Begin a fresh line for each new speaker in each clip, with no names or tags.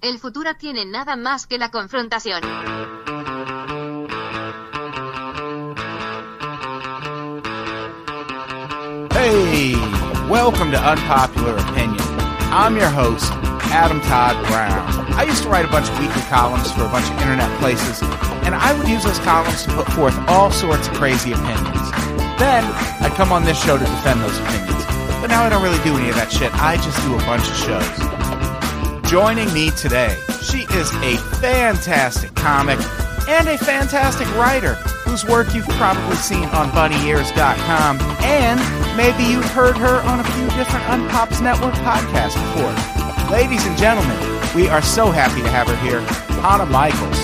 El futuro tiene nada más que la confrontación.
Hey, welcome to Unpopular Opinion. I'm your host, Adam Todd Brown. I used to write a bunch of weekly columns for a bunch of internet places, and I would use those columns to put forth all sorts of crazy opinions. Then I'd come on this show to defend those opinions. But now I don't really do any of that shit. I just do a bunch of shows. Joining me today, she is a fantastic comic and a fantastic writer whose work you've probably seen on BunnyEars.com, and maybe you've heard her on a few different Unpops Network podcasts before. Ladies and gentlemen, we are so happy to have her here, Anna Michaels.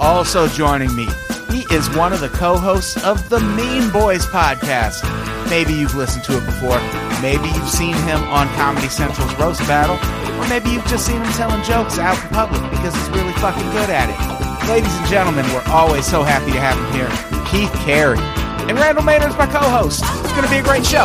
Also joining me, he is one of the co-hosts of the Mean Boys podcast. Maybe you've listened to it before. Maybe you've seen him on Comedy Central's Roast Battle, or maybe you've just seen him telling jokes out in public because he's really fucking good at it. Ladies and gentlemen, we're always so happy to have him here, Keith Carey. And Randall Maynard's my co host. It's going to be a great show.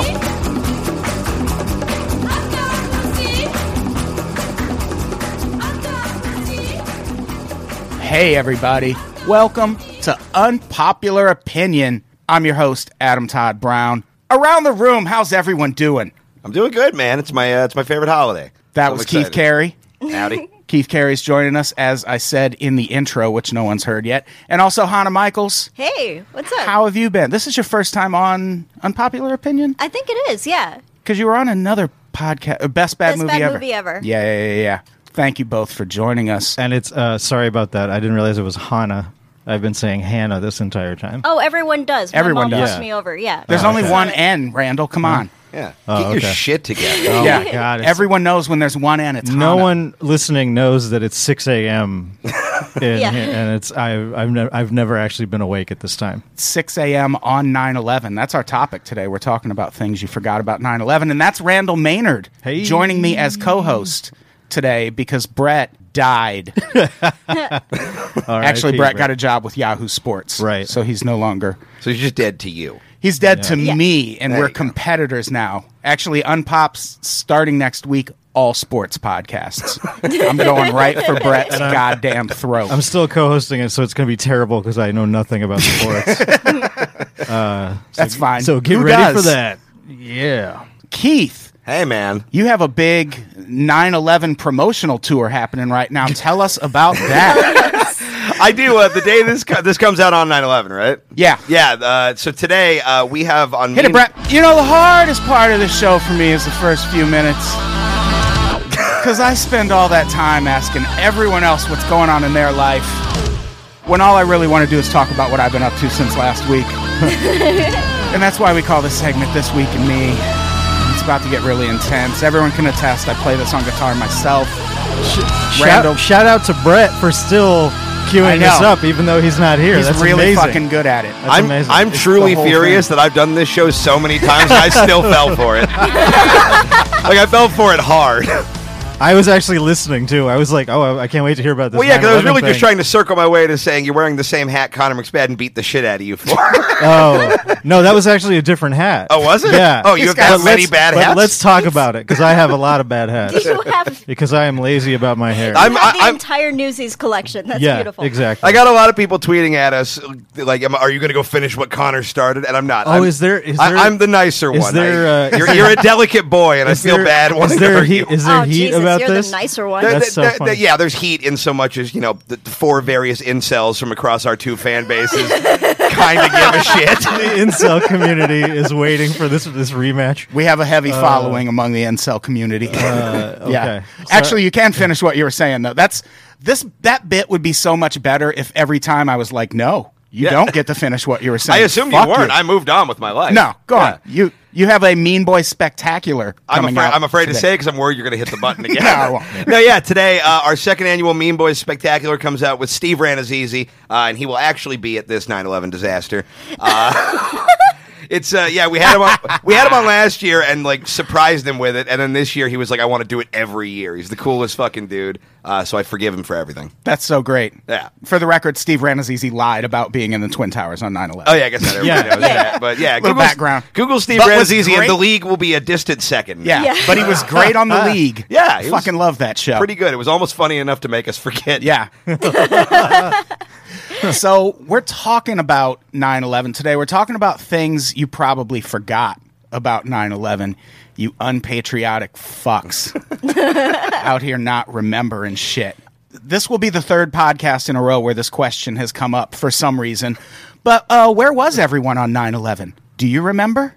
Hey, everybody. Welcome to Unpopular Opinion. I'm your host, Adam Todd Brown. Around the room, how's everyone doing?
I'm doing good, man. It's my uh, it's my favorite holiday.
That
So I'm
was Keith
excited.
Carey.
Howdy.
Keith Carey's joining us, as I said in the intro, which no one's heard yet. And also Hannah Michaels.
Hey, what's up?
How have you been? This is your first time on Unpopular Opinion?
I think it is, yeah.
Because you were on another podcast, uh, Best Bad
Best
Movie
Bad
Ever.
Movie Ever.
Yeah, yeah, yeah, yeah. Thank you both for joining us.
And it's uh, sorry about that. I didn't realize it was Hannah. I've been saying Hannah this entire time.
Oh, everyone does. My
Everyone
mom
does.
pushed
Yeah.
me over. Yeah.
There's only
okay.
one N, Randall. Come on.
Yeah.
Oh,
Get your
okay.
shit together.
Oh
yeah.
my God, it's-
Everyone knows when there's one N, it's
no
Hana.
one listening knows that it's six a.m. in-
Yeah.
and it's I, I've never I've never actually been awake at this time.
6 a.m. on 9/11. That's our topic today. We're talking about things you forgot about 9/11, and that's Randall Maynard
Hey.
joining me as co-host today because Brett died. Actually, Brett got a job with Yahoo Sports,
Right.
So he's no longer.
So he's just dead to you.
He's dead to
Yeah.
me, and
There
we're
you go.
competitors now. Actually, Unpops starting next week. All sports podcasts. I'm going right for Brett's goddamn throat.
I'm still co-hosting it, so it's going to be terrible because I know nothing about sports.
That's fine.
so get
Who
ready
does?
for that. Yeah.
Keith.
Hey, man.
You have a big 9/11 promotional tour happening right now. Tell us about that.
I do. Uh, the day this co- this comes out on 9/11, right?
Yeah.
Yeah. Uh, so today uh, we have on
Hit it,
Mean-
Brett. You know the hardest part of the show for me is the first few minutes. Cuz I spend all that time asking everyone else what's going on in their life when all I really want to do is talk about what I've been up to since last week. and that's why we call this segment This Week in Me. It's about to get really intense. Everyone can attest I play this on guitar myself. Randall-
Shout, shout out to Brett for still
I
queuing this
know.
up, even though he's not here.
He's
That's
really
amazing.
fucking good at it.
That's
I'm
amazing.
I'm
It's
truly
the whole
furious
thing.
that I've done this show so many times and I still fell for it. like I fell for it hard.
I was actually listening too. I was like, oh, I, I can't wait to hear about this.
Well, yeah, because I was
9/11
really just
thing.
trying to circle my way to saying you're wearing the same hat Connor McSpadden beat the shit out of you for.
Oh no, that was actually a different hat.
Oh, was it?
Yeah.
Oh, you
He's
have
got-
that
But
many
let's-
bad
but
hats.
Let's talk about it because I have a lot of bad hats
You have, you
because I am lazy about my hair.
I'm-
have the
I- I'm-
entire Newsies collection. That's
yeah,
beautiful.
exactly.
I got a lot of people tweeting at us, like, am- "Are you going to go finish what Connor started?" And I'm not.
Oh,
I'm,
is there- is there-
I, am the nicer
is
one.
there,
I-
uh,
you're, you're a delicate boy, and I
Is
feel
there-
bad. wanting
Is
to
there
hurt
heat?
you.
Is there
oh,
heat
Jesus,
about
you're
this?
the nicer one.
There-
That's
there-
so
there-
funny.
yeah, there's heat in so much as you know the, the four various incels from across our two fan bases kind of give a
the
shit.
incel community is waiting for this this rematch.
We have a heavy
Uh,
following among the incel community. Yeah.
okay. So-
Actually, you can finish what you were saying though. That's this that bit would be so much better if every time I was like, "No, you
Yeah.
don't get to finish what you were
I
saying."
assumed you
Fuck
weren't. I moved on with my life.
no, go
Yeah.
on. You you have a mean boy spectacular.
I'm
coming
afraid,
out
I'm afraid to
today.
say because I'm worried you're going to hit the button again.
No, I won't.
no, yeah. Today, uh, our second annual Mean Boys Spectacular comes out with Steve Ranazizi, uh, and he will actually be at this 9/11 disaster. Uh, It's uh, yeah, we had him on, we had him on last year and like surprised him with it, and then this year he was like, I want to do it every year. He's the coolest fucking dude, uh, so I forgive him for everything.
That's so great.
Yeah.
For the record, Steve Ranazizi lied about being in the Twin Towers on 9 11.
Oh yeah, I guess not everybody
Yeah.
knows that, but yeah,
Little
Google's-
background.
Google Steve
But was
Ranzisi
great-
and the league will be a distant second.
Yeah,
Yeah.
but he was great on the league.
Yeah, he was
fucking love that show.
pretty good. It was almost funny enough to make us forget.
Yeah. so we're talking about 9 11 today. We're talking about things you probably forgot about 9 11, you unpatriotic fucks out here not remembering shit. This will be the third podcast in a row where this question has come up for some reason. But uh, where was everyone on 9 11? Do you remember?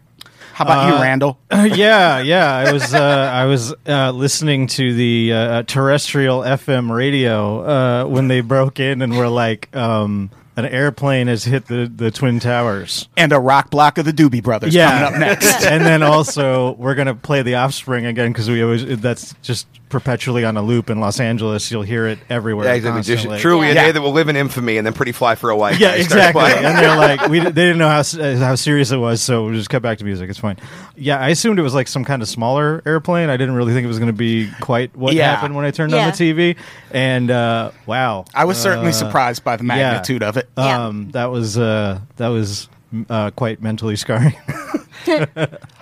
How about
Uh,
you, Randall?
yeah, yeah. I was uh, I was uh, listening to the uh, terrestrial FM radio uh, when they broke in and were like, um, an airplane has hit the, the twin towers.
And a rock block of the Doobie Brothers
Yeah,
coming up next.
and then also we're gonna play the Offspring again because we always that's just perpetually on a loop in Los Angeles. You'll hear it everywhere.
Yeah, exactly. Just-
constantly.
truly, a
Yeah.
day that will live in infamy, and then pretty fly for a white.
Yeah,
guy starts
exactly.
playing.
and they're like, we they didn't know how s- uh, how serious it was, so we just cut back to music. It's fine. Yeah, I assumed it was like some kind of smaller airplane. I didn't really think it was going to be quite what
Yeah.
happened when I turned
Yeah.
on the TV. And uh, wow,
I was certainly
Uh,
surprised by the magnitude of it.
Yeah.
Um, that was uh, that was m- uh, quite mentally scarring.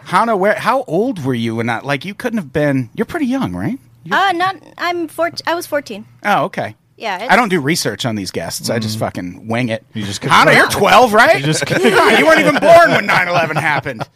Hannah, where? How old were you when that? Like, you couldn't have been. You're pretty young, right?
Uh, not. I'm four. I was 14.
Oh, okay.
Yeah, it's-
I don't do research on these guests. I
Mm.
just fucking wing it. You
just-
Hannah, you're 12, right? You,
just-
weren't even born when 9/11 happened.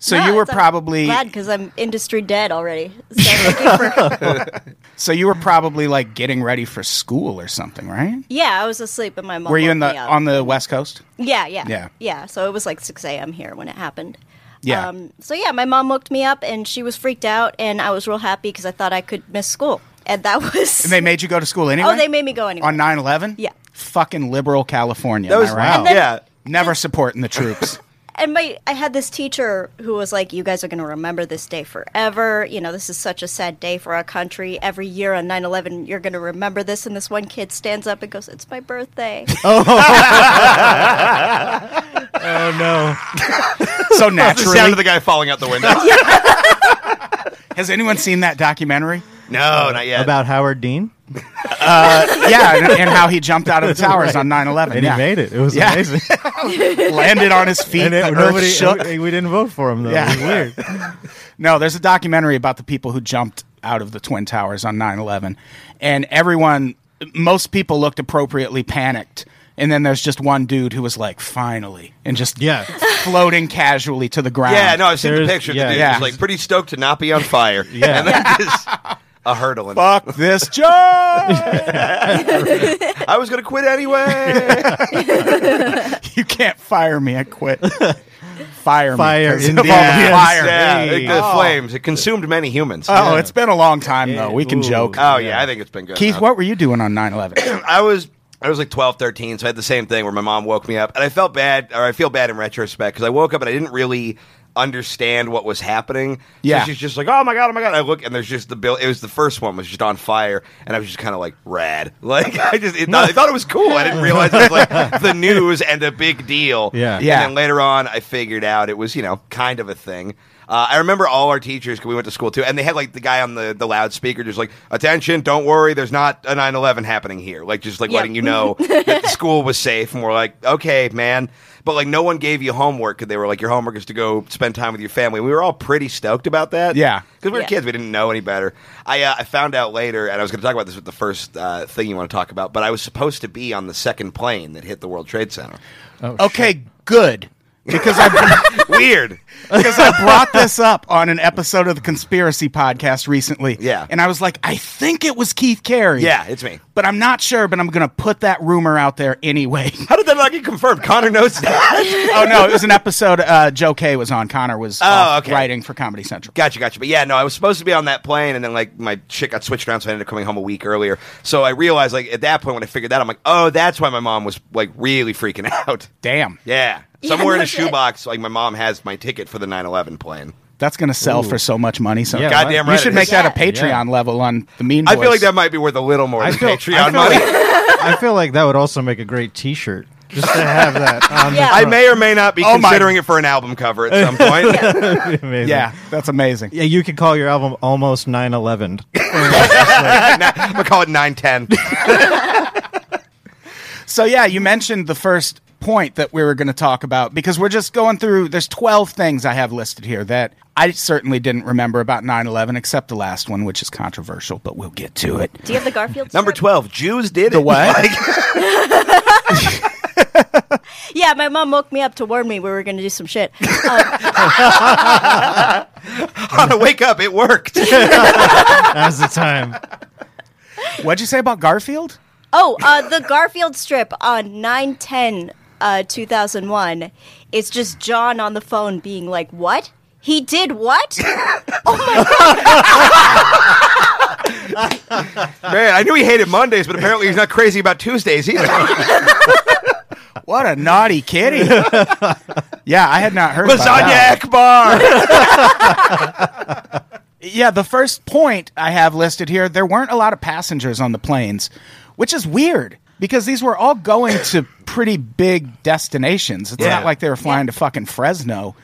So
No,
you were
it's, uh,
probably.
glad because I'm industry dead already. So thank you for-
So you were probably like getting ready for school or something, right?
yeah, I was asleep and my mom.
Were you
woke
in the
me up.
on the West Coast?
Yeah, yeah,
Yeah.
yeah. So it was like 6 a.m. here when it happened. Um,
Yeah.
so yeah, my mom woke me up and she was freaked out, and I was real happy because I thought I could miss school, and that was.
And they made you go to school anyway.
oh, they made me go anyway.
on 9/11.
Yeah.
Fucking liberal California.
That
am I
was
right?
wow. Yeah.
Never supporting the troops.
and my I had this teacher who was like, "You guys are going to remember this day forever. You know, this is such a sad day for our country. Every year on 9/11, you're going to remember this." And this one kid stands up and goes, "It's my birthday."
oh no.
So
That's the sound of
naturally,
the guy falling out the window.
has anyone seen that documentary?
No, not yet.
About Howard Dean,
yeah, and, and how he jumped out of the towers on 9 11.
and
Yeah.
he made it. It was
Yeah.
amazing.
Landed on his feet.
and
the
it,
earth
nobody,
shook.
we, we didn't vote for him though.
Yeah.
It was weird.
No, there's a documentary about the people who jumped out of the Twin Towers on 9 11. And everyone, most people looked appropriately panicked. And then there's just one dude who was like, finally, and just
Yeah.
floating casually to the ground.
yeah, no, I've seen the
There's-
picture.
yeah.
the dude
Yeah.
was like pretty stoked to not be on fire.
Yeah.
and then just a hurdle. And,
Fuck this job!
I was gonna quit anyway.
you can't fire me. I quit. Fire,
Fire
me. 'cause
in
of
the
all
ass.
fire.
yeah, the, the
Oh.
flames. It consumed many humans.
Oh, it's been a long time, though. We can
Ooh.
joke.
oh yeah, I think it's been good.
Keith,
enough.
what were you doing on 9 11?
I was I was like 12, 13, so I had the same thing where my mom woke me up and I felt bad or I feel bad in retrospect cuz I woke up and I didn't really understand what was happening.
Yeah.
So she's just like, "Oh my god, oh my god." And I look and there's just the bill it was the first one was just on fire and I was just kind of like, "Rad." Like I just it, I thought it was cool. I didn't realize it was like the news and a big deal.
Yeah.
And
Yeah.
then later on I figured out it was, you know, kind of a thing. Uh, I remember all our teachers because we went to school too, and they had like the guy on the, the loudspeaker just like, attention, don't worry, there's not a 9 11 happening here. Like, just like
Yeah.
letting you know that the school was safe, and we're like, okay, man. But like, no one gave you homework because they were like, your homework is to go spend time with your family. We were all pretty stoked about that.
Yeah.
Because we were
Yeah.
kids, we didn't know any better. I, uh, I found out later, and I was going to talk about this with the first uh, thing you want to talk about, but I was supposed to be on the second plane that hit the World Trade Center.
Oh,
Okay, good. Because I
Weird.
because I brought this up on an episode of the conspiracy podcast recently.
Yeah.
And I was like, I think it was Keith Carey.
Yeah, it's me.
But I'm not sure, but I'm gonna put that rumor out there anyway.
How did that not get confirmed? Connor knows that.
oh no, it was an episode uh, Joe Kay was on. Connor was
Oh,
off
okay.
writing for Comedy Central.
Gotcha, gotcha. But yeah, no, I was supposed to be on that plane, and then like my shit got switched around, so I ended up coming home a week earlier. So I realized, like at that point, when I figured that, I'm like, oh, that's why my mom was like really freaking out.
Damn.
Yeah,
Yeah,
somewhere in
no
a
shit.
shoebox, like my mom has my ticket for the 9/11 plane.
That's gonna sell for so much money. So
Yeah,
Goddamn
you
right.
should
it
make
is.
that a
Yeah.
Patreon level on the mean
I
Boys.
feel like that might be worth a little more than Patreon
I feel
money.
Like, I feel like that would also make a great T-shirt. just to have that.
Um,
On
Yeah.
I may or may not be
Oh my-
considering it for an album cover at some point.
the, amazing.
Yeah, that's amazing.
yeah. You could call your album almost 9/11.
I'm gonna call it nine ten.
So yeah, you mentioned the first point that we were going to talk about because we're just going through there's 12 things I have listed here that I certainly didn't remember about 9/11 except the last one which is controversial, but we'll get to it.
Do you have the Garfield?
Number
strip?
twelve, Jews did
The
it.
what?
Yeah, my mom woke me up to warn me we were going to do some shit. Um,
Hannah, wake up! It worked.
Now's the time.
What'd you say about Garfield?
oh, uh, the Garfield strip on 910 uh, 2001. It's just John on the phone being like, what? He did what?
Man, I knew he hated Mondays, but apparently he's not crazy about Tuesdays either.
What a naughty kitty. yeah, I had not heard about
Lasagna
that.
Akbar.
Yeah, the first point I have listed here, there weren't a lot of passengers on the planes, which is weird because these were all going to pretty big destinations. It's
Yeah.
not like they were flying to fucking Fresno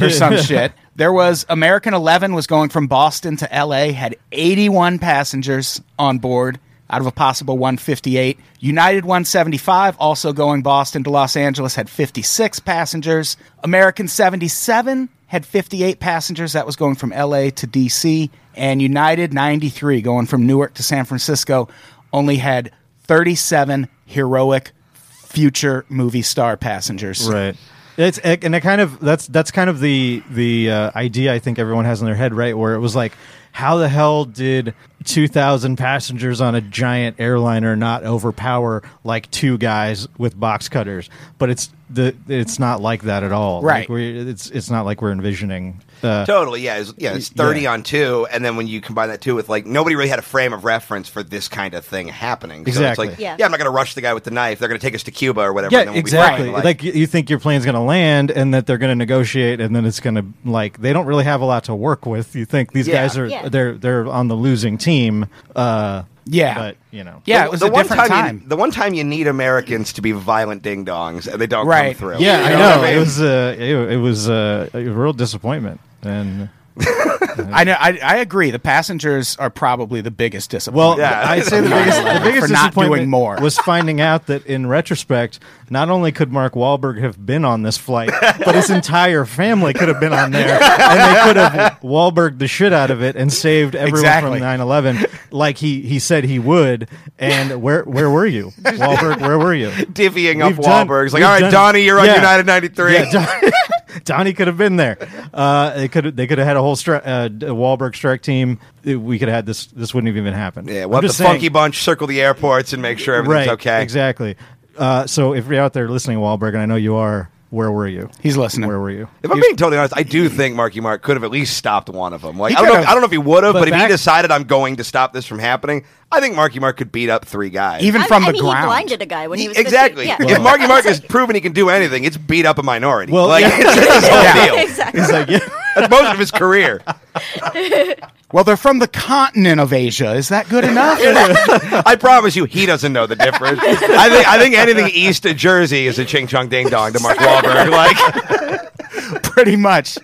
or some shit. There was American 11 was going from Boston to LA, had 81 passengers on board out of a possible 158. United 175 also going Boston to Los Angeles had 56 passengers. American 77 had 58 passengers that was going from LA to DC and United 93 going from Newark to San Francisco only had 37 heroic future movie star passengers.
right it's and it kind of that's that's kind of the the uh, idea i think everyone has in their head right where it was like how the hell did 2000 passengers on a giant airliner not overpower like two guys with box cutters but it's the it's not like that at all
Right.
like we it's it's not like we're envisioning uh,
totally, yeah, it's, yeah. It's thirty
Yeah.
on two, and then when you combine that two with like nobody really had a frame of reference for this kind of thing happening. So
Exactly.
it's like, yeah.
Yeah.
I'm not gonna rush the guy with the knife. They're gonna take us to Cuba or whatever.
yeah,
and then we'll be
exactly.
fine.
Like, you you think your plane's going to land, and that they're going to negotiate, and then it's going to like they don't really have a lot to work with. You think these
Yeah.
guys are
Yeah.
they're they're on the losing team. Uh,
Yeah.
but you know,
Yeah, it was a different time.
You, the one time you need Americans to be violent ding dongs, and they don't
Right.
come through.
yeah,
You
I
what
know.
mean?
It was uh, it, it was uh, a real disappointment, and
I know. I, I agree. The passengers are probably the biggest
well,
disappointment.
Yeah.
I'd say the
Yeah.
biggest the
For
biggest
not doing
disappointment
more.
was finding out that in retrospect, not only could Mark Wahlberg have been on this flight, but his entire family could have been on there, and they could have Wahlberg the shit out of it and saved everyone
Exactly.
from 9/11, like he he said he would. And where where were you, Wahlberg? Where were you?
divvying
We've
up
done-
Wahlberg's. Like,
we've
all right,
done-
Donnie, you're on
Yeah.
United 93.
Yeah, Don- Donnie could have been there. Uh, they could they could have had a whole stri- uh, d- Wahlberg strike team. It- We could have had this. This wouldn't have even happened.
Yeah,
I'm
we'll have the
just saying-
funky bunch circle the airports and make sure everything's
right,
okay.
Exactly. Uh, so if you're out there listening, Wahlberg, and I know you are, where were you?
He's listening.
Where were you?
If I'm being totally honest, I do think Marky Mark could have at least stopped one of them. Like
He
I don't, know if,
could've.
I don't know if he would have, but,
But
if he
back-
decided I'm going to stop this from happening, I think Marky Mark could beat up three guys.
Even
I-
from
I
the
mean,
ground.
He blinded a guy when he was 15.
exactly.
Yeah.
If Marky Mark has proven he can do anything, it's beat up a minority.
Well,
like
yeah.
it's his whole
Yeah.
deal.
exactly.
He's like, yeah.
That's most of his career.
Well, they're from the continent of Asia. Is that good enough?
I promise you, he doesn't know the difference. I think I think anything east of Jersey is a ching chong ding dong to Mark Wahlberg. Like
Pretty much.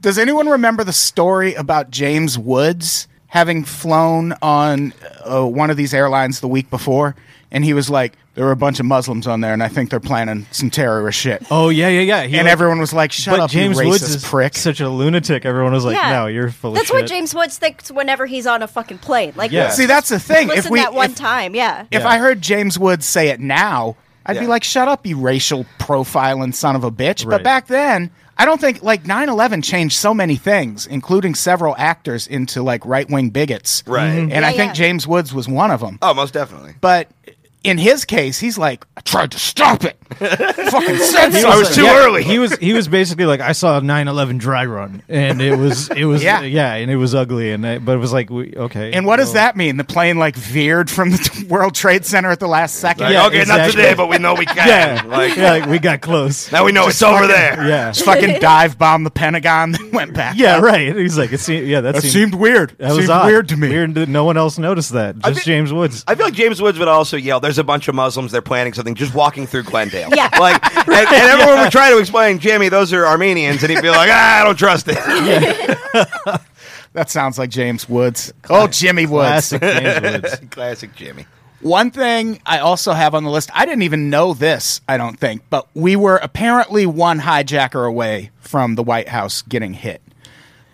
Does anyone remember the story about James Woods having flown on uh, one of these airlines the week before? And he was like, there were a bunch of Muslims on there, and I think they're planning some terrorist shit.
Oh yeah, yeah, yeah. He
and
like-
everyone was like, shut
but
up,
James
you racist
Woods is
prick.
such a lunatic. Everyone was like,
Yeah.
no, you're full
That's
of shit.
what James Woods thinks whenever he's on a fucking plane. Like,
Yeah.
See, that's the thing.
listen
if we,
that one
if-
time. Yeah.
If
Yeah.
I heard James Woods say it now, I'd be
Yeah.
like, shut up, you racial profiling son of a bitch. But
Right.
back then, I don't think, like, 9 11 changed so many things, including several actors into, like, right wing bigots.
Right. Mhm.
And
Yeah,
I think
yeah.
James Woods was one of them.
Oh, most definitely.
But in his case, he's like, I tried to stop it. Fucking said something.
I was too early.
He was he was basically like I saw a 9/11 dry run and it was it was
Yeah.
yeah, and it was ugly and I, but it was like we, okay.
And what does
well-
that mean? The plane, like, veared from the World Trade Center at the last second?
Like,
Yeah,
okay, not
exactly.
today, but we know we can.
Yeah,
Like
yeah, like we got close.
now we know it's over there.
Yeah,
Just fucking dive bombed the Pentagon, then went back.
yeah, right. He's like it seemed yeah that,
That seemed weird.
that was
seemed
odd.
weird to me.
Weird that no one else noticed that. Just
think-
James Woods.
I feel like James Woods would also yell, "There's a bunch of Muslims. They're planning something. Just walking through Glendale. Cannondale.
Yeah.
Like, and, and everyone would try to explain, Jimmy, those are Armenians, and he'd be like, ah, I don't trust it.
That sounds like James Woods. Oh, Jimmy Woods.
Classic James Woods.
Classic Jimmy.
One thing I also have on the list, I didn't even know this, I don't think, but we were apparently one hijacker away from the White House getting hit.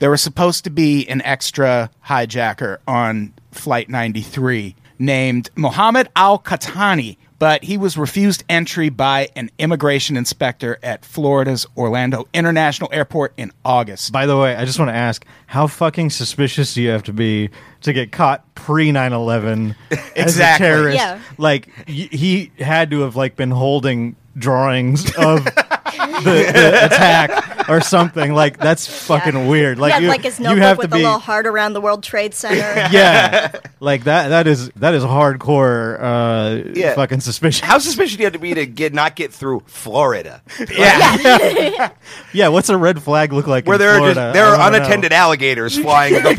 There was supposed to be an extra hijacker on Flight 93 named Mohammed Al Khatani, but he was refused entry by an immigration inspector at Florida's Orlando International Airport in August.
By the way, I just want to ask how fucking suspicious do you have to be to get caught pre 9 11 as a
Exactly.
terrorist?
Yeah.
Like, y- he had to have like been holding drawings of the, the attack or something. Like, that's fucking weird. Like,
yeah,
you,
like his
you have
notebook
to
with
be.
a little heart around the World Trade Center.
yeah, like that. That is that is hardcore. Uh,
Yeah.
fucking suspicious.
How suspicious do you have to be to get not get through Florida,
Yeah.
yeah, what's a red flag look like?
where
in
there are
Florida?
just there
I
are
don't know.
unattended alligators flying the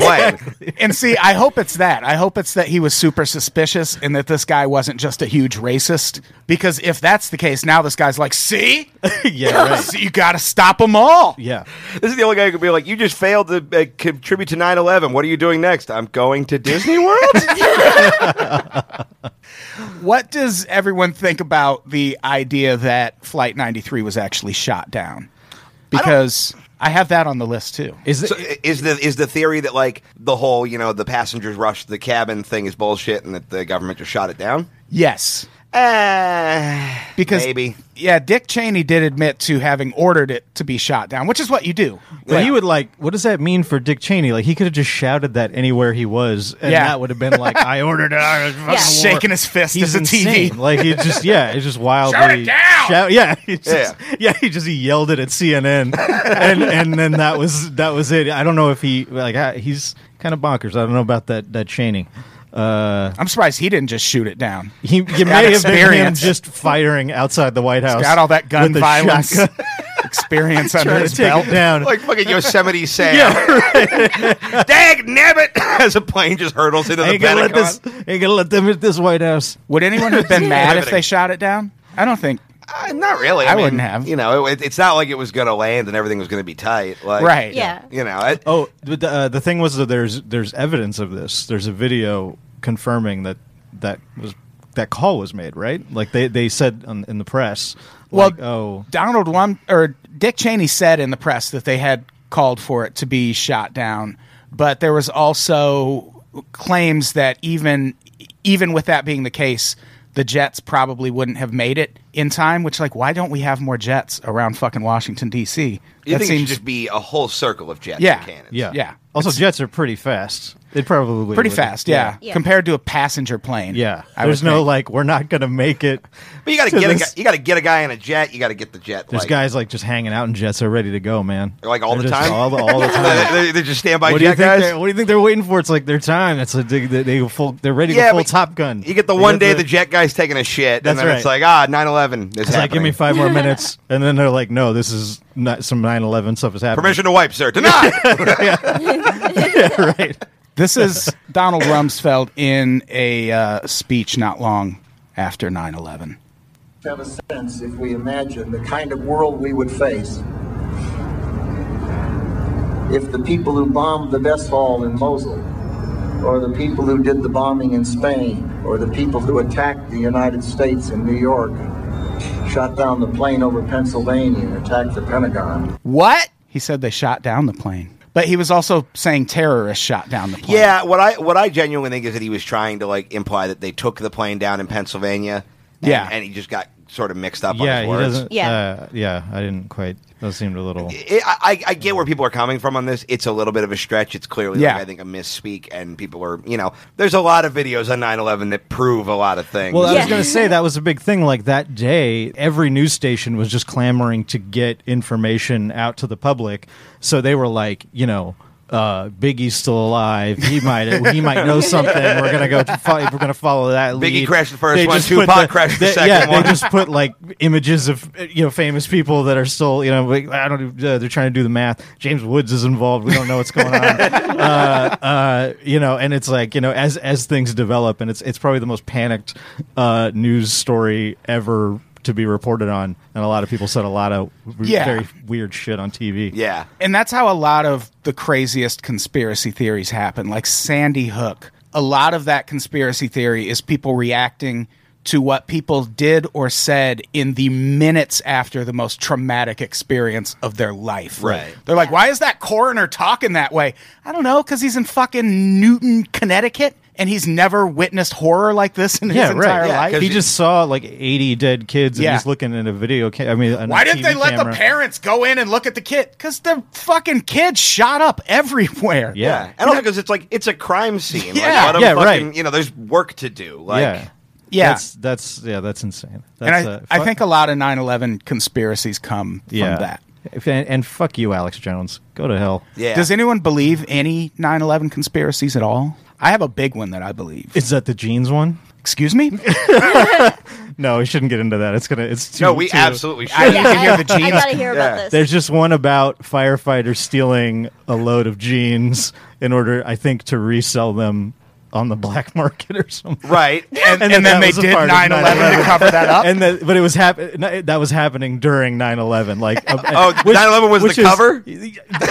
plane?
and see, I hope it's that. I hope it's that he was super suspicious and that this guy wasn't just a huge racist. Because if that's the case, now this guy's like, see?
yeah, right.
See, you got to stop them all.
Yeah.
This is the only guy who could be like, "You just failed to uh, contribute to 9/11. What are you doing next? I'm going to Disney World."
What does everyone think about the idea that Flight 93 was actually shot down? Because I, have that on the list too.
Is it,
So i- is the is the theory that like the whole you know the passengers rushed the cabin thing is bullshit and that the government just shot it down?
yes.
Uh,
Because
maybe
Yeah, Dick Cheney did admit to having ordered it to be shot down, which is what you do.
But he would like. What does that mean for Dick Cheney? Like he could have just shouted that anywhere he was, and
Yeah.
that would have been like, "I ordered it." I was fucking war."
Shaking his fist as
He's
a TV.
insane. Like he just, yeah, it's just wildly.
it down!
Shout, yeah, he just,
Yeah.
yeah, he just he yelled it at CNN, and and then that was that was it. I don't know if he like I- he's kind of bonkers. I don't know about that that Cheney. Uh,
I'm surprised he didn't just shoot it down.
he you may have been him
experience.
just firing outside the White House.
Got all that gun
with a
violence
shotgun,
experience under
trying to
his
take
belt.
it down.
like fucking Yosemite Sam. Dag nabbit! As a plane just hurdles into the
ain't gonna let
Pentagon.
this. Ain't gonna let them hit this White House.
Would anyone have been mad if
Riveting.
they shot it down? I don't think.
Uh, not really.
I wouldn't have.
You know, it, it's not like it was going to land and everything was going to be tight. Like,
Right.
Yeah.
You know, I,
Oh, but the, uh, the thing was that there's there's evidence of this. There's a video confirming that that was that call was made, right? Like they, they said on, in the press.
Well,
Like, oh,
Donald Rum or Dick Cheney said in the press that they had called for it to be shot down, but there was also claims that even even with that being the case, the jets probably wouldn't have made it in time. Which, like, why don't we have more jets around fucking Washington D.C.?
you
that
think it should
seems
just be a whole circle of jets
Yeah.
and cannons.
yeah,
yeah.
Also, jets are pretty fast. They probably
pretty
would-
fast, yeah.
Yeah.
compared to a passenger plane.
yeah.
I
There's
would
no
think.
like we're not gonna make it.
But you got to
to
get a,
this-
guy- you got to get a guy in a jet. You got to get the jet.
There's
like,
guys like just hanging out in jets are ready to go, man.
Like, all
They're
the
just
time?
all, the- all the
They-
time.
they- They're just standby
What do, you
jet
think they're-
guys.
what do you think they're waiting for? It's like their time. It's like they, they, they full, they're ready to
Yeah,
full
but
Top Gun.
You get the
They
one day the,
the
jet guy's taking a shit,
That's
and then it's
right.
like ah, 9-11 is
It's like, give me
happening.
five more minutes. And then they're like, no, this is not some 9 11 stuff is happening.
Permission to wipe, sir. Denied.
yeah, right.
This is Donald Rumsfeld in a uh, speech not long after 9 11.
have a sense if we imagine the kind of world we would face if the people who bombed the Vestfall in Mosul, or the people who did the bombing in Spain, or the people who attacked the United States in New York, shot down the plane over Pennsylvania and attacked the Pentagon.
What? He said they shot down the plane. But he was also saying terrorists shot down the plane.
Yeah, what I what I genuinely think is that he was trying to like imply that they took the plane down in Pennsylvania. and-
Yeah.
and he just got sort of mixed up. on
Yeah,
his
he
words.
doesn't.
Yeah.
Uh, yeah, I didn't quite. That seemed a little.
It, I, I- I get where people are coming from on this. It's a little bit of a stretch. It's clearly,
Yeah.
like, I think, a misspeak, and people are, you know, there's a lot of videos on 9 11 that prove a lot of things.
Well, I was
Yeah.
going to say that was a big thing. Like that day, every news station was just clamoring to get information out to the public. So they were like, you know, uh, Biggie's still alive. He might he might know something. We're gonna go. To fo- we're gonna follow that.
Biggie
lead.
crashed the first
They
one,
just put
Tupac crashed the
they-
second
yeah,
one.
they just put like images of you know famous people that are still you know like, I don't. Uh, they're trying to do the math. James Woods is involved. We don't know what's going on. uh, you know, and it's like you know, as as things develop, and it's it's probably the most panicked uh, news story ever to be reported on, and a lot of people said a lot of w-
Yeah.
very weird shit on TV.
Yeah.
And that's how a lot of the craziest conspiracy theories happen, like Sandy Hook. A lot of that conspiracy theory is people reacting to what people did or said in the minutes after the most traumatic experience of their life.
Right.
They're like, why is that coroner talking that way? I don't know, because he's in fucking Newton, Connecticut, and he's never witnessed horror like this in
Yeah,
his entire
right.
life.
'cause
He
you-
just saw like 80 dead kids
Yeah.
and he's looking at a video ca- I mean, on a
Why didn't
TV
they let
camera.
the parents go in and look at the kid? Because the fucking kid shot up everywhere.
Yeah.
And also because it's like it's a crime scene.
Yeah.
like, let 'em
Yeah,
fucking,
right.
You know, there's work to do. Like,
yeah.
Yeah.
That's that's yeah, that's insane.
and
That's,
I,
uh,
I
fuck-
think a lot of 9-11 conspiracies come
yeah.
from that.
If- And, and fuck you, Alex Jones. Go to hell.
Yeah.
Does anyone believe any 9-11 conspiracies at all? I have a big one that I believe.
Is that the jeans one?
Excuse me?
No, we shouldn't get into that. It's gonna. It's too,
no, we
too-
absolutely
I
should.
need to hear the
I
genius.
gotta hear
Yeah.
about this.
There's just one about firefighters stealing a load of jeans in order, I think, to resell them on the black market or something.
right.
And,
And,
and
And then
then
that
they
was a
did
part of
9-11, to
9/11.
cover that up?
And that, but it was happen. no, it- That was happening during 9/11. Like, uh,
Oh, 9/11 was the
which is-
cover?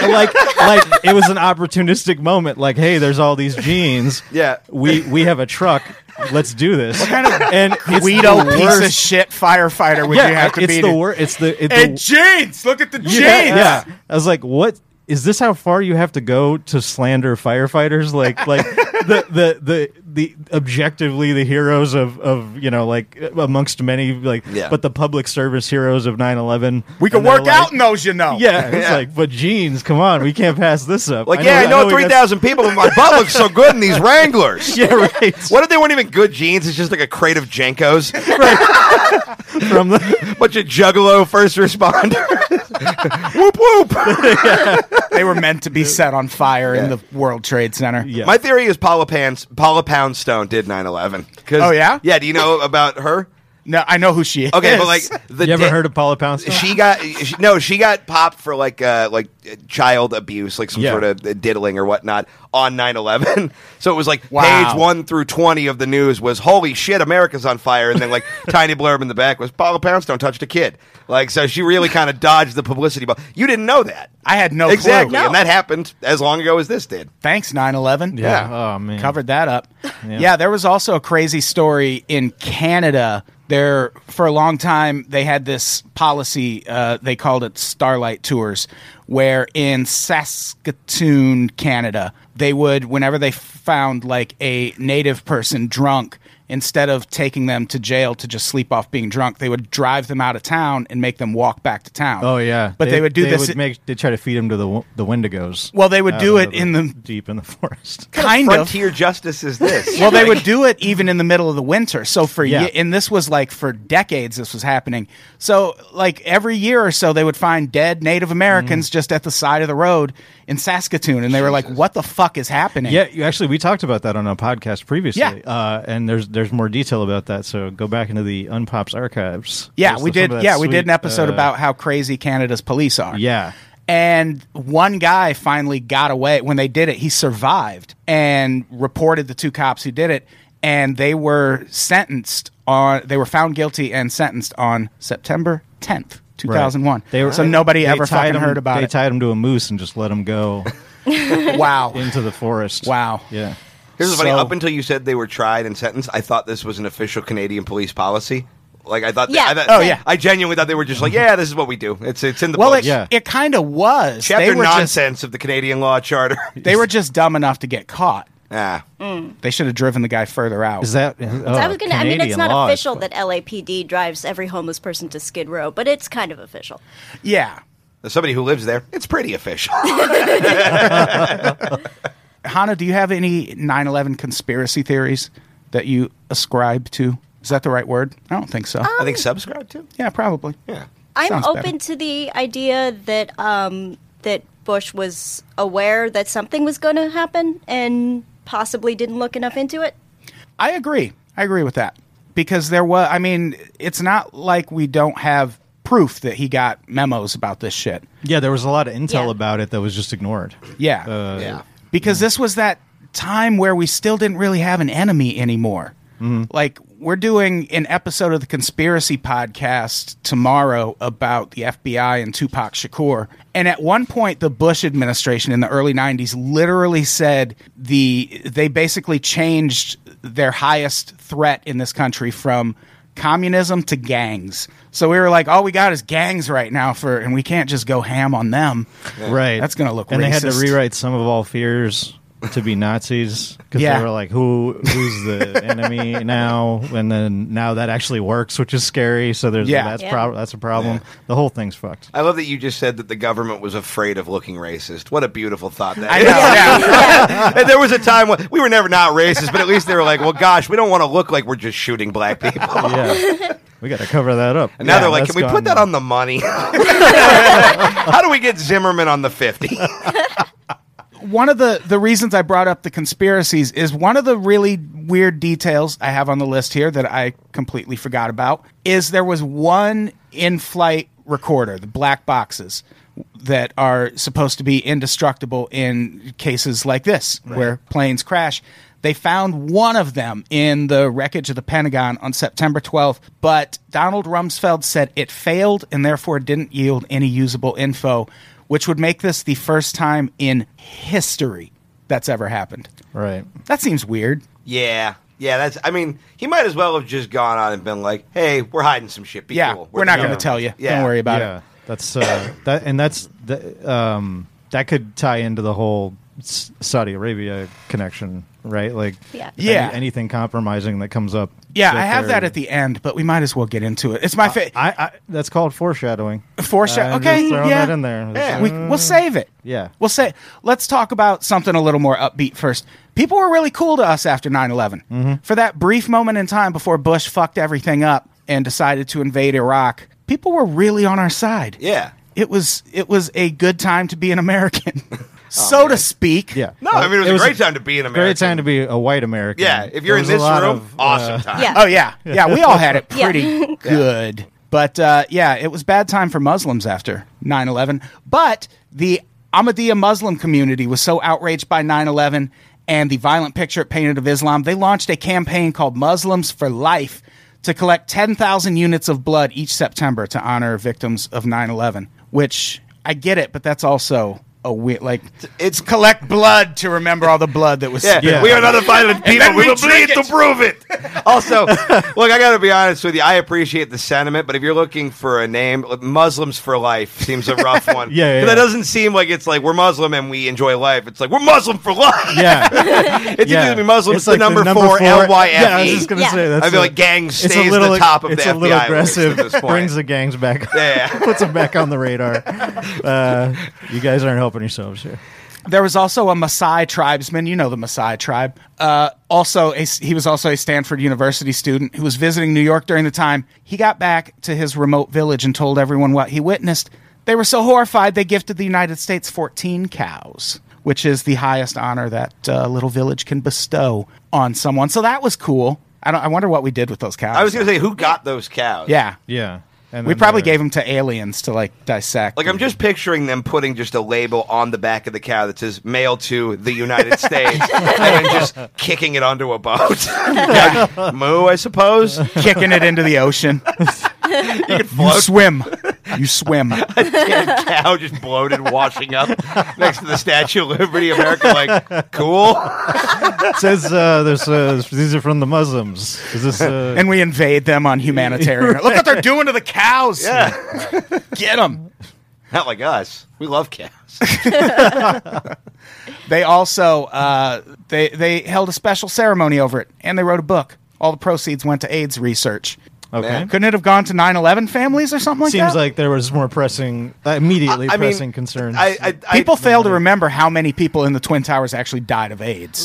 Like, like it was an opportunistic moment. Like, hey, there's all these jeans.
Yeah.
we we have a truck. Let's do this. What kind of and it's
Guido
the
piece
worst-
of shit firefighter would
Yeah,
you have to
it's
be?
the
to-
worst. It's the it's
Hey,
the,
jeans! Look at the jeans!
yeah, yeah. I was like, what is this how far you have to go to slander firefighters? Like like the the the the objectively the heroes of of you know like amongst many like
Yeah.
but the public service heroes of 9/11.
We can
And they're
work out
like-
in those, you know.
yeah, it's
Yeah.
like, but jeans, come on, we can't pass this up.
Like, yeah, I know,
we
three
got-
thousand people, but my butt looks so good in these Wranglers.
Yeah, right.
What if they weren't even good jeans? It's just like a crate of Jenkos,
From the,
bunch of Juggalo first responders. whoop whoop.
They were meant to be set on fire in the World Trade Center.
yeah.
My theory is Paula, Pans- Paula Poundstone did 9/11. 'Cause-
Oh, yeah?
Yeah. Do you know about her?
No, I know who she is.
Okay, but like the
you ever
da-
heard of Paula Poundstone?
she got she, no she got popped for like uh like uh, child abuse like some
Yeah.
sort of diddling or whatnot on 9-11 so it was like
Wow.
page 1 through 20 of the news was holy shit america's on fire and then like tiny blurb in the back was paula poundstone touched a kid like so she really kind of dodged the publicity ball you didn't know that
I had no clue.
exactly
No.
and that happened as long ago as this did
Thanks, 9 11.
yeah.
yeah.
Oh man.
Covered that up. Yeah.
Yeah.
there was also a crazy story in Canada. There, for a long time, they had this policy, uh, they called it Starlight Tours, where in Saskatoon, Canada, they would, whenever they found like a native person drunk, instead of taking them to jail to just sleep off being drunk, they would drive them out of town and make them walk back to town.
Oh yeah,
But they, would do this.
Would make they try to feed him to the w- the Wendigos.
Well, they would
out
do
into
it in the-
deep in the forest.
kind of.
frontier justice is this
Well, they would do it even in the middle of the winter. So for
Yeah.
ye- and this was like for decades this was happening. So like every year or so they would find dead Native Americans just at the side of the road in Saskatoon and they were like what the fuck is happening?
Yeah, you actually we talked about that on a podcast previously.
Yeah.
Uh, and there's there's more detail about that, so go back into the Unpops archives.
Yeah,
There's
we
some
did
of that
yeah, we
sweet,
did an episode
uh,
about how crazy Canada's police are.
Yeah.
And one guy finally got away. When they did it, he survived and reported the two cops who did it. And they were sentenced on, they were found guilty and sentenced on September 10th,
right.
2001.
They were,
so nobody
they
ever
tied
fucking
him-
heard about
They
it.
tied him to a moose and just let him go
wow.
into the forest.
Wow.
Yeah.
Here's the funny.
So-
Up until you said they were tried and sentenced, I thought this was an official Canadian police policy. Like I thought.
Yeah.
I thought,
Oh, yeah.
I genuinely thought they were just like, yeah, this is what we do. It's it's in the
Well, it,
policy.
Yeah.
it kind of was.
Chapter
they were
nonsense of the Canadian law charter.
Just, they were just dumb enough to get caught.
ah.
They should have driven the guy further out.
Is that? oh,
I was gonna. I mean, it's
Canadian
not
law is
official
fu-
that LAPD drives every homeless person to Skid Row, but it's kind of official.
yeah.
As somebody who lives there, it's pretty official.
Hannah, do you have any 9 11 conspiracy theories that you ascribe to? Is that the right word? I don't think so.
I think subscribe too.
yeah, probably.
Yeah.
Um, I'm
Sounds
open
better.
to the idea that um, that Bush was aware that something was going to happen and possibly didn't look enough into it.
I agree. I agree with that. Because there was, I mean, it's not like we don't have proof that he got memos about this shit.
Yeah, there was a lot of intel
Yeah.
about it that was just ignored.
Yeah.
Uh,
Yeah.
because this was that time where we still didn't really have an enemy anymore.
Mm-hmm.
Like we're doing an episode of the conspiracy podcast tomorrow about the FBI and Tupac Shakur. And at one point the Bush administration in the early 90s literally said the they basically changed their highest threat in this country from communism to gangs. So we were like all we got is gangs right now for and we can't just go ham on them.
Right.
That's gonna look
And they had
racist.
to rewrite some of all fears to be Nazis because
Yeah.
they were like, who who's the enemy now? And then now that actually works, which is scary. So there's
Yeah.
that's
Yeah.
prob- that's a problem. The whole thing's fucked.
I love that you just said that the government was afraid of looking racist. What a beautiful thought that
I
is.
know, yeah.
and there was a time when we were never not racist, but at least they were like, well, gosh, we don't want to look like we're just shooting black people.
Yeah, we got to cover that up.
And now
Yeah,
they're like,
that's
can we
gone
put that
now."
on the money? How do we get Zimmerman on the 50?
one of the the reasons I brought up the conspiracies is one of the really weird details I have on the list here that I completely forgot about is there was one in-flight recorder, the black boxes that are supposed to be indestructible in cases like this where planes crash. They found one of them in the wreckage of the Pentagon on September 12th, but Donald Rumsfeld said it failed and therefore didn't yield any usable info, which would make this the first time in history that's ever happened.
Right.
That seems weird.
yeah. Yeah, that's, I mean, he might as well have just gone on and been like, hey, we're hiding some shit. Be
Yeah,
cool.
we're not
just-
going to tell you.
Yeah.
Don't worry about
yeah,
it.
that's uh, that, and that's that, um, that could tie into the whole S- Saudi Arabia connection, right? Like,
Yeah.
any-
Yeah.
anything compromising that comes up.
Yeah, I have that Uh, at the end, but we might as well get into it. It's my favorite.
I, I that's called foreshadowing.
Foreshadow.
I'm
Okay,
Uh, just throwing
yeah.
that in there.
Yeah.
we, we'll save it.
Yeah.
We'll say, let's talk about something a little more upbeat first. People were really cool to us after 9 11.
Mm-hmm.
For that brief moment in time before Bush fucked everything up and decided to invade Iraq, people were really on our side.
Yeah.
It was, it was a good time to be an American, so to speak.
yeah.
No, Oh, I mean, it was,
It was
a
a
great time to be an American.
Great time to be a white American.
Yeah, if you're
There
in
was a
this
lot
room,
of, uh,
awesome time.
Yeah.
Oh, yeah. Yeah, we all had it
Yeah.
pretty good. But uh, yeah, it was bad time for Muslims after 9 11. But the Ahmadiyya Muslim community was so outraged by 9 11 and the violent picture it painted of Islam, they launched a campaign called Muslims for Life to collect 10,000 units of blood each September to honor victims of 9 11, which I get it, but that's also a weird, like, it's collect blood to remember all the blood that was
Yeah.
spilled.
we are not a violent people.
then
we
we
will bleed
drink
to
it.
prove it. Also, look, I got to be honest with you. I appreciate the sentiment, but if you're looking for a name, Muslims for life seems a rough one.
Yeah, yeah,
'Cause that
yeah.
doesn't seem like it's like we're Muslim and we enjoy life. It's like we're Muslim for life.
Yeah.
It's
yeah.
either to be Muslim,
It's
the
like
number, four, L Y F E.
Yeah, I was just gonna
Yeah.
say that's
I feel
a-
like gang
it's a
stays
little-
the top of
it's
the
a little
FBI list at
aggressive.
this point.
Brings the gangs back.
Yeah, yeah.
puts them back on the radar. Uh, you guys aren't helping yourselves here.
There was also a Maasai tribesman. You know the Maasai tribe. Uh, also, a, he was also a Stanford University student who was visiting New York during the time. He got back to his remote village and told everyone what he witnessed. They were so horrified they gifted the United States 14 cows, which is the highest honor that uh, little village can bestow on someone. So that was cool. I, don't, I wonder what we did with those cows.
I was gonna say who got those cows?
yeah.
Yeah, and
We
then
probably
they're-
gave them to aliens to like dissect.
Like I'm just picturing them putting just a label on the back of the cow that says "Mail to the United States" and then just kicking it onto a boat. Yeah, Moo, I suppose. You
kicking it into the ocean.
could
You
float
swim. You swim.
a cow just bloated, washing up next to the Statue of Liberty. America, like cool.
It says uh, there's uh, these are from the Muslims. Is this? Uh,
and we invade them on humanitarian. Look what they're doing to the cows.
Yeah,
Get them.
not like us. We love cows.
They also uh, they they held a special ceremony over it, and they wrote a book. All the proceeds went to AIDS research.
okay.
Man.
Couldn't it have gone to 9/11 families or something like
Seems
that?
like there was more pressing, uh, immediately pressing concerns.
I, I, I,
people fail to remember how many people in the twin towers actually died of AIDS.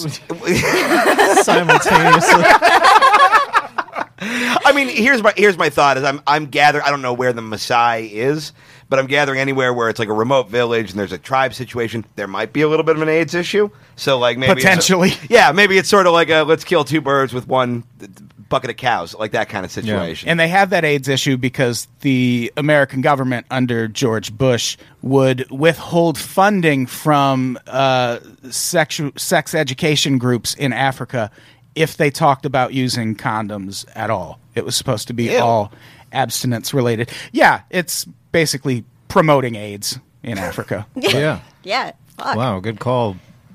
simultaneously.
I mean, here's my here's my thought is I'm I'm gathering I don't know where the Maasai is, but I'm gathering anywhere where it's like a remote village and there's a tribe situation, there might be a little bit of an AIDS issue. So like maybe it's a-
Potentially.
yeah, maybe it's sort of like a let's kill two birds with one th- th- bucket of cows, like that kind of situation.
And they had that AIDS issue because the American government under George Bush would withhold funding from uh, sexu- sex education groups in Africa if they talked about using condoms at all. It was supposed to be
Ew.
all abstinence related. Yeah, it's basically promoting AIDS in Africa.
yeah.
Yeah. Fuck.
Wow, good call,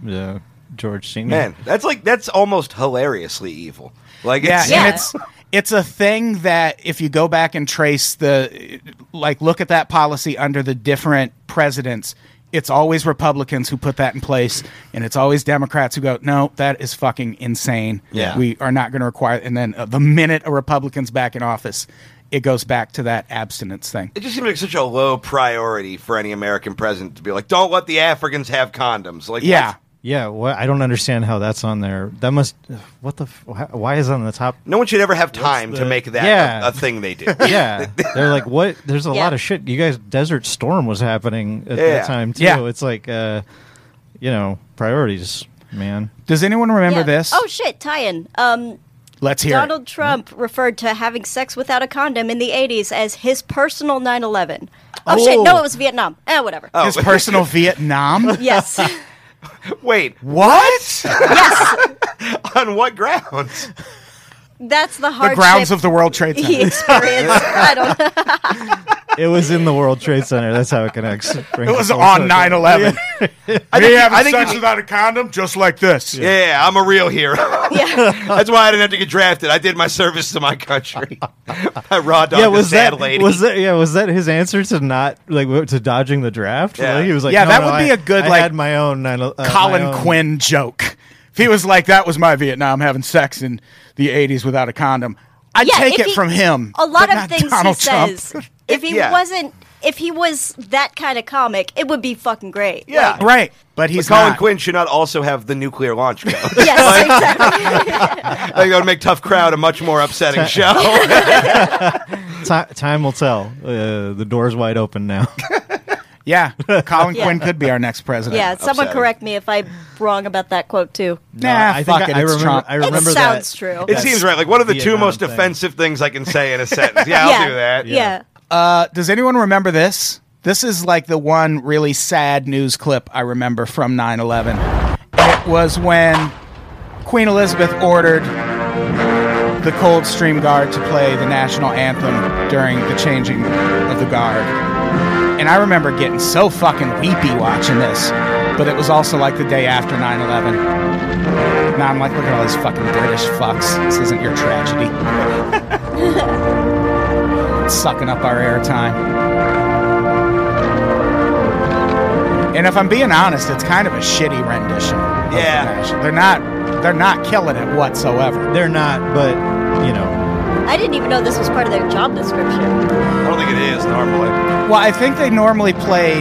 uh, George Senior.
Man, that's like that's almost hilariously evil. Like
Yeah,
it's,
Yeah.
and it's it's a thing that if you go back and trace the like look at that policy under the different presidents, it's always Republicans who put that in place and it's always Democrats who go, "No, that is fucking insane.
Yeah.
We are not going to require." And then uh, the minute a Republican's back in office, it goes back to that abstinence thing.
it just seems like such a low priority for any American president to be like, "Don't let the Africans have condoms." Like,
Yeah.
what?
Yeah, well, I don't understand how that's on there. That must. uh, What the? f- wh- Why is it on the top?
no one should ever have time to
the-
make that
Yeah.
a, a thing they do.
Yeah, they're like, what? There's a
Yeah.
lot of shit. You guys, Desert Storm was happening at
Yeah.
that time too.
Yeah.
It's like, uh, you know, priorities, man.
Does anyone remember
Yeah.
this?
Oh shit, tie-in. Um,
Let's hear it.
Donald Trump referred to having sex without a condom in the 80s as his personal 9/11. Oh, shit,
Oh.
no, it was Vietnam. Eh, whatever.
His personal Vietnam?
Yes.
Wait,
What?
yes.
on what grounds?
That's the hard
the grounds of the World Trade Center.
he experienced. I don't know.
It was in the World Trade Center. That's how it connects. It
It was on 9 11.
I
Me
think,
having
I think
sex
you-
without a condom, just like this.
yeah, yeah, I'm a real hero.
Yeah.
That's why I didn't have to get drafted. I did my service to my country. I raw dogged
Yeah,
a
was
sad
that
lady.
was that yeah was that his answer to not like w- to dodging the draft?
Yeah.
Really? He was like,
Yeah,
no,
that
no,
would
I-
be a good,
I
like,
had my own nine, uh,
Colin
my own-
Quinn joke. If he was like, that was my Vietnam having sex in the 80s without a condom, I'd
Yeah,
take
if
it
he-
from him.
A lot
but
of
not
things
Donald
he
Trump.
says. If he
Yeah.
wasn't if he was that kind of comic, it would be fucking great.
Yeah.
Like,
Right. But he's
But Colin
not.
Quinn should not also have the nuclear launch code.
yes, exactly.
I think that would make Tough Crowd a much more upsetting show.
Ti- time will tell. Uh, the door's wide open now.
Yeah. Colin
Yeah.
Quinn could be our next president.
Yeah, someone
upsetting.
correct me if I'm wrong about that quote too.
Nah,
I think
fuck it.
I, I
it's
remember.
Trump.
I remember
it sounds
that.
true.
it seems right. Like one of the two
Vietnam
most
thing.
offensive things I can say in a sentence. Yeah, I'll
yeah.
do that.
Yeah.
Uh, does anyone remember this? This is like the one really sad news clip I remember from 9 11. It was when Queen Elizabeth ordered the Coldstream Guard to play the national anthem during the changing of the guard. And I remember getting so fucking weepy watching this, but it was also like the day after 9 11. Now I'm like, look at all these fucking British fucks. This isn't your tragedy. Sucking up our airtime. And if I'm being honest, it's kind of a shitty rendition. of the
Yeah.
national- they're not. They're not killing it whatsoever.
They're not, but you know,
I didn't even know this was part of their job description.
I don't think it is normally.
Well, I think they normally play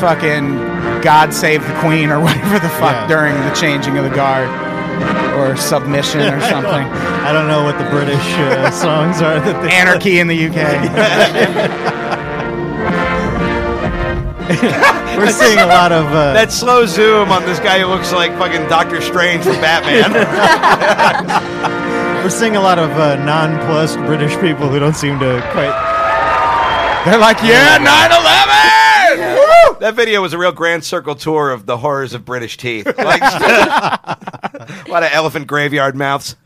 fucking "God Save the Queen" or whatever the fuck
Yeah.
during the changing of the guard or submission or something.
I don't know what the British uh, songs are that they.
Anarchy in the UK.
We're seeing a lot of. Uh,
That slow zoom on this guy who looks like fucking Doctor Strange from Batman.
we're seeing a lot of uh, nonplussed British people who don't seem to quite.
They're like, yeah, 9/11.
that video was a real grand circle tour of the horrors of British teeth. Like, a lot of elephant graveyard mouths.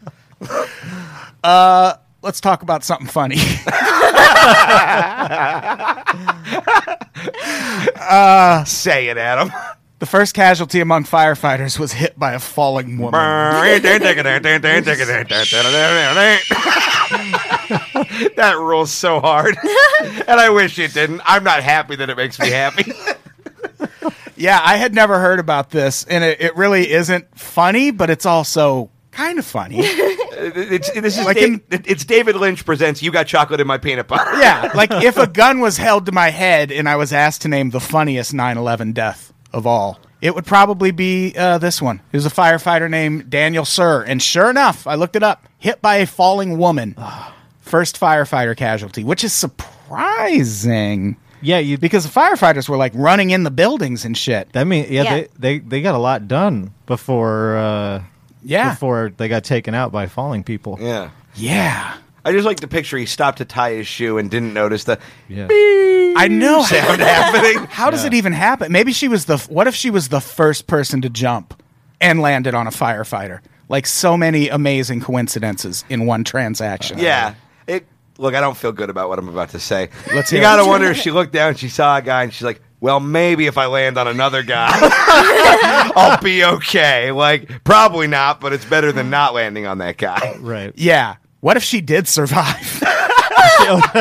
Let's talk about something funny.
Say it, Adam.
the first casualty among firefighters was hit by a falling woman.
that rules so hard. and I wish it didn't. I'm not happy that it makes me happy.
Yeah, I had never heard about this, and it, it really isn't funny, but it's also kind of funny.
It's, this is
Like
like
in-
it's David Lynch presents You Got Chocolate in My Peanut Butter.
yeah, like if a gun was held to my head and I was asked to name the funniest 9/11 death of all, it would probably be uh, this one. It was a firefighter named Daniel Sir, and sure enough, I looked it up. Hit by a falling woman, first firefighter casualty, which is surprising
Yeah, you
because the firefighters were like running in the buildings and shit.
That mean yeah,
Yeah.
They, they they got a lot done before uh
Yeah.
before they got taken out by falling people.
Yeah.
Yeah,
I just like the picture. He stopped to tie his shoe and didn't notice the
Yeah.
I know.
sound happening.
How does it even happen? Maybe she was the. What if she was the first person to jump and landed on a firefighter? Like so many amazing coincidences in one transaction.
Yeah. It look, I don't feel good about what I'm about to say.
Let's
you
hear
gotta
it.
wonder if she looked down, she saw a guy, and she's like, "Well, maybe if I land on another guy, I'll be okay." Like, probably not, but it's better than not landing on that
Oh,
guy.
Right.
Yeah. What if she did survive?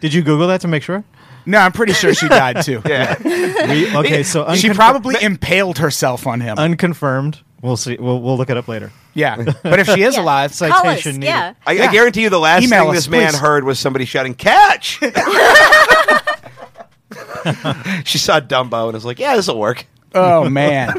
Did you Google that to make sure?
no, I'm pretty sure she died too.
Yeah,
We, okay, so
She
unconfir-
probably impaled herself on him.
unconfirmed. We'll see. We'll, we'll look it up later.
yeah. But if she is
Yeah.
alive, it's like,
Call
citation
us,
needed.
yeah.
I, I
Yeah.
guarantee you, the last
Email
thing
us,
this man
please.
heard was somebody shouting, "Catch!" she saw Dumbo and was like, "Yeah, this will work."
oh man.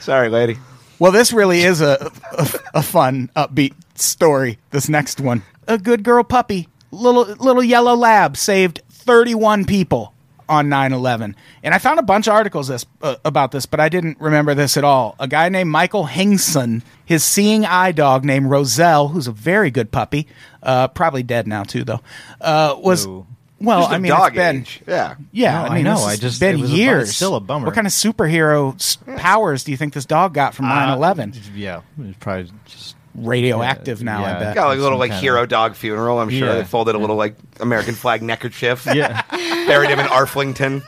Sorry, lady.
Well, this really is a, a a fun, upbeat story. This next one, a good girl puppy, little little yellow lab, saved 31 people on 9/11. And I found a bunch of articles this uh, about this, but I didn't remember this at all. A guy named Michael Hingson, his seeing eye dog named Roselle, who's a very good puppy, uh, probably dead now too though, uh, was
Ooh.
well.
Just
Oh, I
a
mean,
dog
it's been
age. Yeah.
yeah,
No,
I mean,
I
this
know. I
has
just-
been
it was a bu- it's
years.
still a bummer.
What kind of superhero s- powers do you think this dog got from 9/11?
Uh, yeah, it's probably just
Radioactive now, I
yeah.
bet.
Got like a little
Some
like
kind
hero
of-
dog funeral. I'm sure
Yeah.
they folded a little like American flag neckerchief.
yeah.
buried him in Arflington.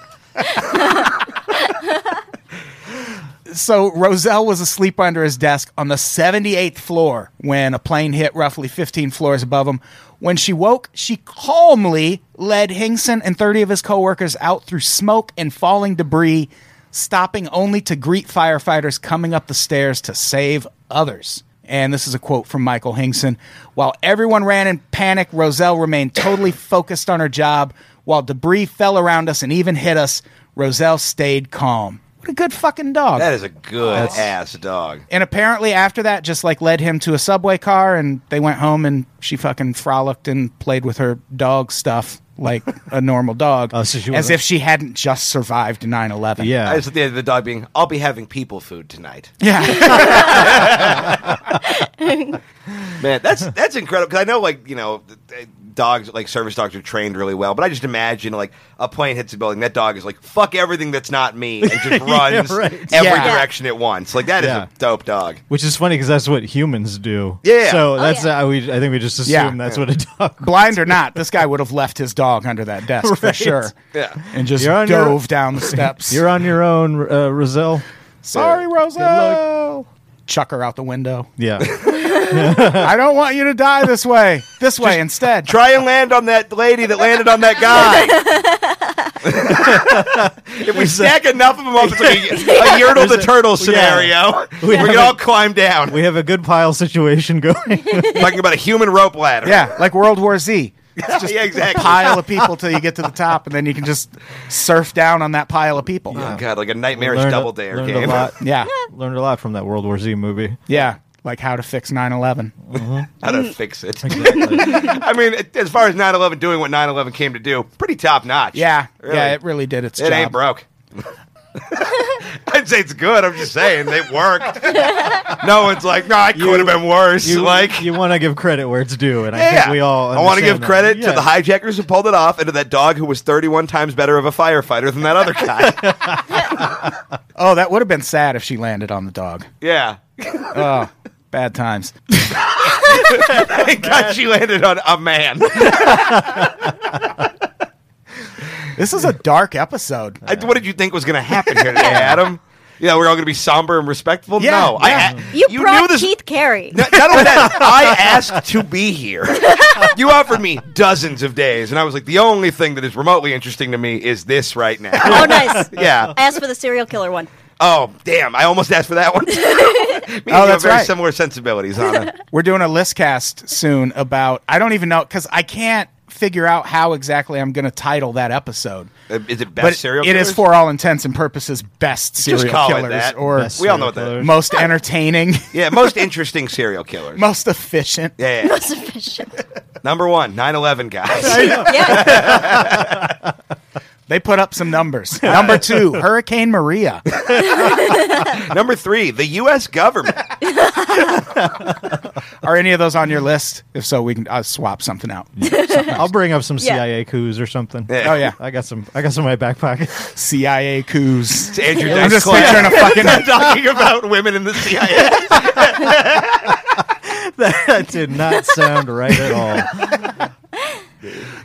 So Roselle was asleep under his desk on the 78th floor when a plane hit roughly 15 floors above him. When she woke, she calmly led Hingson and 30 of his coworkers out through smoke and falling debris, stopping only to greet firefighters coming up the stairs to save others. And this is a quote from Michael Hingson. While everyone ran in panic, Roselle remained totally focused on her job. While debris fell around us and even hit us, Roselle stayed calm. What a good fucking dog.
That is a good ass dog.
And apparently, after that, just like led him to a subway car, and they went home, and she fucking frolicked and played with her dog stuff like a normal dog,
Oh, so she
as
was-
if she hadn't just survived 9 11.
Yeah.
I just at the end of the dog being, I'll be having people food tonight.
Yeah.
Man, that's that's incredible. Because I know, like you know, th- th- dogs like service dogs are trained really well, but I just imagine like a plane hits a building, that dog is like, fuck everything that's not me, and just runs
right.
every
Yeah.
direction at once. Like that is
Yeah.
a dope dog.
Which is funny because that's what humans do.
Yeah.
So
Oh,
that's
yeah.
uh, we. I think we just assume
Yeah.
that's what a dog.
Blind or not, this guy would have left his dog under that desk for
Right.
sure.
Yeah.
And just
You're on
dove
your-
down the steps.
You're on your own, uh, Roselle.
Sorry,
Good
Roselle. Chuck her out the window.
Yeah.
I don't want you to die this way. This way instead.
Try and land on that lady that landed on that guy. if we stack enough of them up, it's like a, a Yertle the Turtle scenario. We
have
can
a-
all climb down.
we have a good pile situation going.
talking about a human rope ladder.
Yeah, like World War Z. It's just
Yeah, exactly.
a pile of people till you get to the top, and then you can just surf down on that pile of people.
Oh
Yeah,
god, like a nightmarish
Learned a-
double dare
learned
game.
A lot,
yeah,
learned a lot from that World War Z movie.
Like how to fix 9/11.
How to fix it? Mm. I mean, it- as far as 9/11 doing what 9/11 came to do, pretty top notch.
Yeah,
Really.
yeah, it really did its
It
job.
ain't broke. I'd say it's good. I'm just saying they worked. no one's like, no, it could have been worse.
You,
like,
you want to give credit where it's due, and I
yeah,
think we all.
I want to
understand
give
that.
credit
Yeah.
to the hijackers who pulled it off, and to that dog who was 31 times better of a firefighter than that other guy.
Oh, that would have been sad if she landed on the dog.
yeah.
Oh, bad times.
Thank God she landed on a man.
This is a dark episode.
I, what did you think was going to happen here today, Adam? Yeah, we're all going to be somber and respectful.
Yeah,
no,
yeah.
I,
You, brought Keith Carey.
Not, not only that, I asked to be here. You offered me dozens of days, and I was like, the only thing that is remotely interesting to me is this right now.
Oh, nice.
yeah.
As for the serial killer one.
Oh, damn! I almost asked for that one. Me
Oh,
and you have
that's
very
right.
similar sensibilities on it.
We're doing a list cast soon about I don't even know because I can't figure out how exactly I'm going to title that episode.
Uh, Is it best
But
serial?
it is
killers?
for all intents and purposes best serial
just call
killers
it that.
or
Best
we all know what
serial
that.
killer.
most entertaining,
Yeah, most interesting serial killers.
most efficient.
yeah, yeah. number one, 9-11 guys.
yeah.
They put up some numbers. Number two, Hurricane Maria.
number three, the U.S. government.
Are any of those on your list? If so, we can uh, swap something out.
I'll bring up some
Yeah.
CIA coups or something.
Yeah.
Oh yeah,
I got some. I got some in my back pocket.
CIA coups.
It's Andrew
I'm
Dice
just
Clay
picturing a fucking.
talking about women in the CIA.
that did not sound right at all.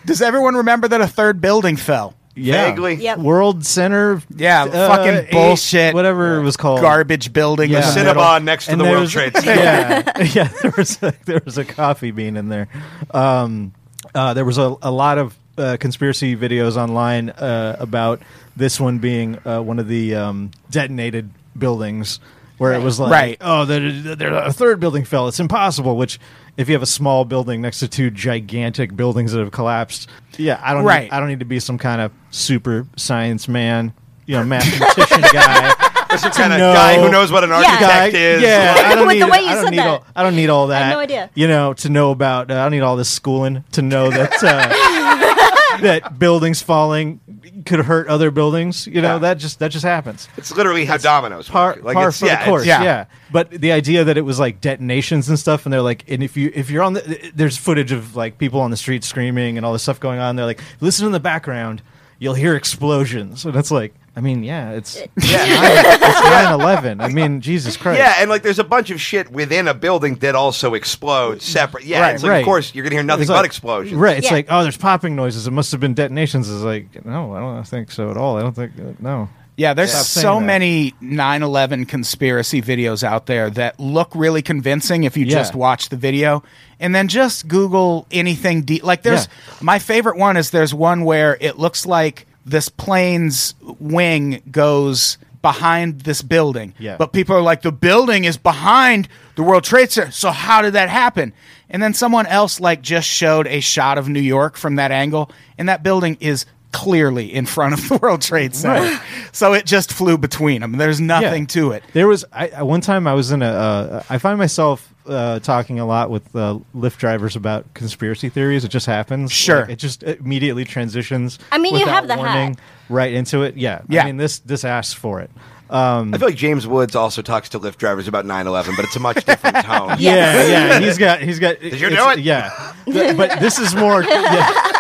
Does everyone remember that a third building fell?
Yeah.
Vaguely.
Yep.
World Center. uh,
Yeah, fucking
eight-
bullshit.
whatever it was called.
Garbage building.
Oh. Yeah.
in the
Cinema
middle.
Cinnabon next to
And
the
there
World
was-
Trade Center.
Yeah, yeah. There was a, there was a coffee bean in there. Um, uh, there was a, a lot of uh, conspiracy videos online uh, about this one being uh, one of the um, detonated buildings, where it was like,
Right.
oh, there, there, a third building fell. It's impossible. Which, if you have a small building next to two gigantic buildings that have collapsed, yeah, I don't, need-
Right.
I don't need to be some kind of super science man, you know, mathematician guy.
Some kind of
No.
guy who knows what an architect
guy.
is.
Yeah, I don't
With
need,
the way you
I don't
said
need
that.
All, I don't need all that.
had no idea.
You know, to know about. Uh, I don't need all this schooling to know that uh, that buildings falling could hurt other buildings. You know,
Yeah.
that just that just happens.
It's literally how dominoes
Par,
work. Like
par
it's,
for
yeah,
the
it's-
course.
yeah.
Yeah. but the idea that it was like detonations and stuff, and they're like, and if you if you're on the there's footage of like people on the street screaming and all this stuff going on. They're like, listen in the background, you'll hear explosions, and it's like. I mean, yeah, it's it's 9/11. I mean, Jesus Christ.
Yeah, and like there's a bunch of shit within a building that also explodes separate. Yeah,
Right,
it's like,
right.
of course you're gonna hear nothing
It's
but
like-
explosions.
Right. It's
Yeah.
like, oh, there's popping noises. It must have been detonations. It's like, no, I don't think so at all. I don't think, uh, no.
Yeah, there's
Stop saying
so
that.
many 9/11 conspiracy videos out there that look really convincing if you
Yeah.
just watch the video, and then just Google anything deep. Like there's
Yeah.
my favorite one is there's one where it looks like this plane's wing goes behind this building,
Yeah.
but people are like the building is behind the World Trade Center, so how did that happen? And then someone else like just showed a shot of New York from that angle, and that building is clearly in front of the World Trade Center.
Right.
So it just flew between them. There's nothing to it.
There was I, I one time I was in a. Uh, I find myself uh, talking a lot with uh, Lyft drivers about conspiracy theories. It just happens.
Sure.
Like, it just immediately transitions.
I mean, you
without
have the
warning
hat.
right into it. Yeah.
Yeah.
I mean, this this asks for it.
I feel like James Woods also talks to Lyft drivers about 9/11, but it's a much different tone.
Yeah. Yes.
Yeah, yeah. He's got. He's got. Did
you do it?
Yeah. Th- but this is more. Yeah,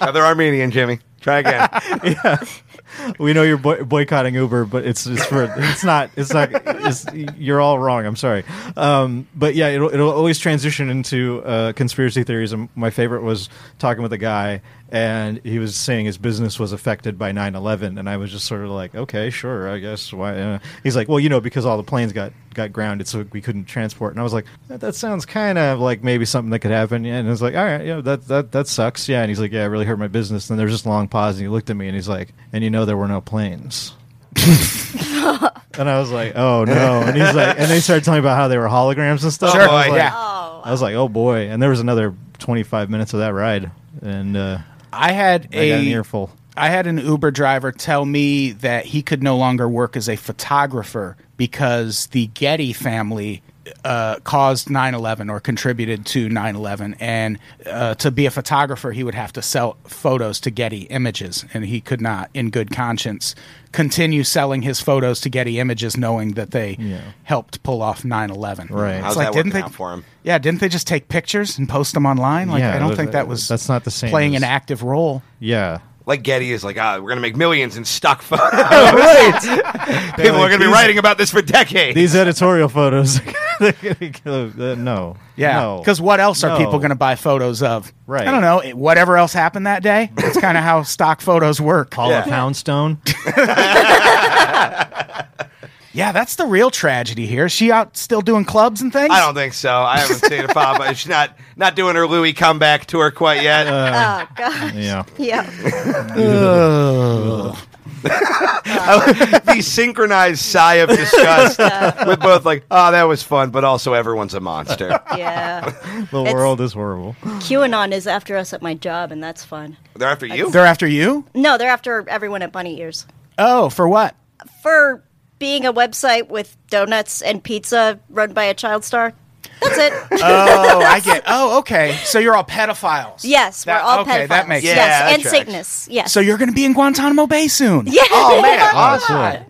Now, they're Armenian, Jimmy. Try again.
we know you're boy- boycotting Uber, but it's it's for it's not it's not it's, you're all wrong. I'm sorry, um, but yeah, it'll it'll always transition into uh, conspiracy theories. And my favorite was talking with a guy, and he was saying his business was affected by 9/11, and I was just sort of like, okay, sure, I guess. Why? Uh, he's like, well, you know, because all the planes got got grounded, so we couldn't transport. And I was like, that, that sounds kind of like maybe something that could happen. Yeah, and I was like, all right, yeah, that that that sucks. Yeah, and he's like, yeah, it really hurt my business. And there was just a long pause, and he looked at me, and he's like, and you know, there were no planes. and I was like, oh no. And he's like, and they started telling me about how they were holograms and stuff.
Sure.
I was
Oh,
like-
yeah.
Oh,
I was like, oh boy. And there was another 25 minutes of that ride, and uh,
I had
I got an
a
earful.
I had an Uber driver tell me that he could no longer work as a photographer because the Getty family uh, caused 9/11 or contributed to 9/11, and uh, to be a photographer, he would have to sell photos to Getty Images, and he could not, in good conscience, continue selling his photos to Getty Images, knowing that they
Yeah.
helped pull off 9/11.
Right.
It's
How's
like
that
didn't
working
they
out for him?
Yeah, didn't they just take pictures and post them online? Like
Yeah,
I don't
but
think that was
that's not the same
playing
as-
an active role.
Yeah.
Like Getty is like, ah, we're gonna make millions in stock photos. People are gonna be writing about this for decades.
These editorial photos. they're gonna go, uh, no.
Yeah,
No.
because what else are
No.
people going to buy photos of?
Right.
I don't know. It- Whatever else happened that day. That's kind of how stock photos work.
Paula
Yeah.
Poundstone?
Yeah, that's the real tragedy here. Is she out still doing clubs and things?
I don't think so. I haven't seen a pop. She's not not doing her Louis comeback tour quite yet.
oh god.
yeah.
Yeah.
the synchronized sigh of disgust with both like, oh, that was fun, but also everyone's a monster.
Yeah.
The
It's-
world is horrible.
QAnon is after us at my job, and that's fun.
They're after you.
They're after you.
No, they're after everyone at Bunny Ears
Oh, for what?
for being a website with donuts and pizza run by a child star. That's it.
Oh, I get. Oh, okay. So you're all pedophiles.
yes,
That-
we're all
okay,
pedophiles.
That makes
Yeah,
yes,
that
and
tracks.
Satanists. Yes.
So you're going to be in Guantanamo Bay soon.
yeah.
oh man,
Oh,
awesome.
that's right.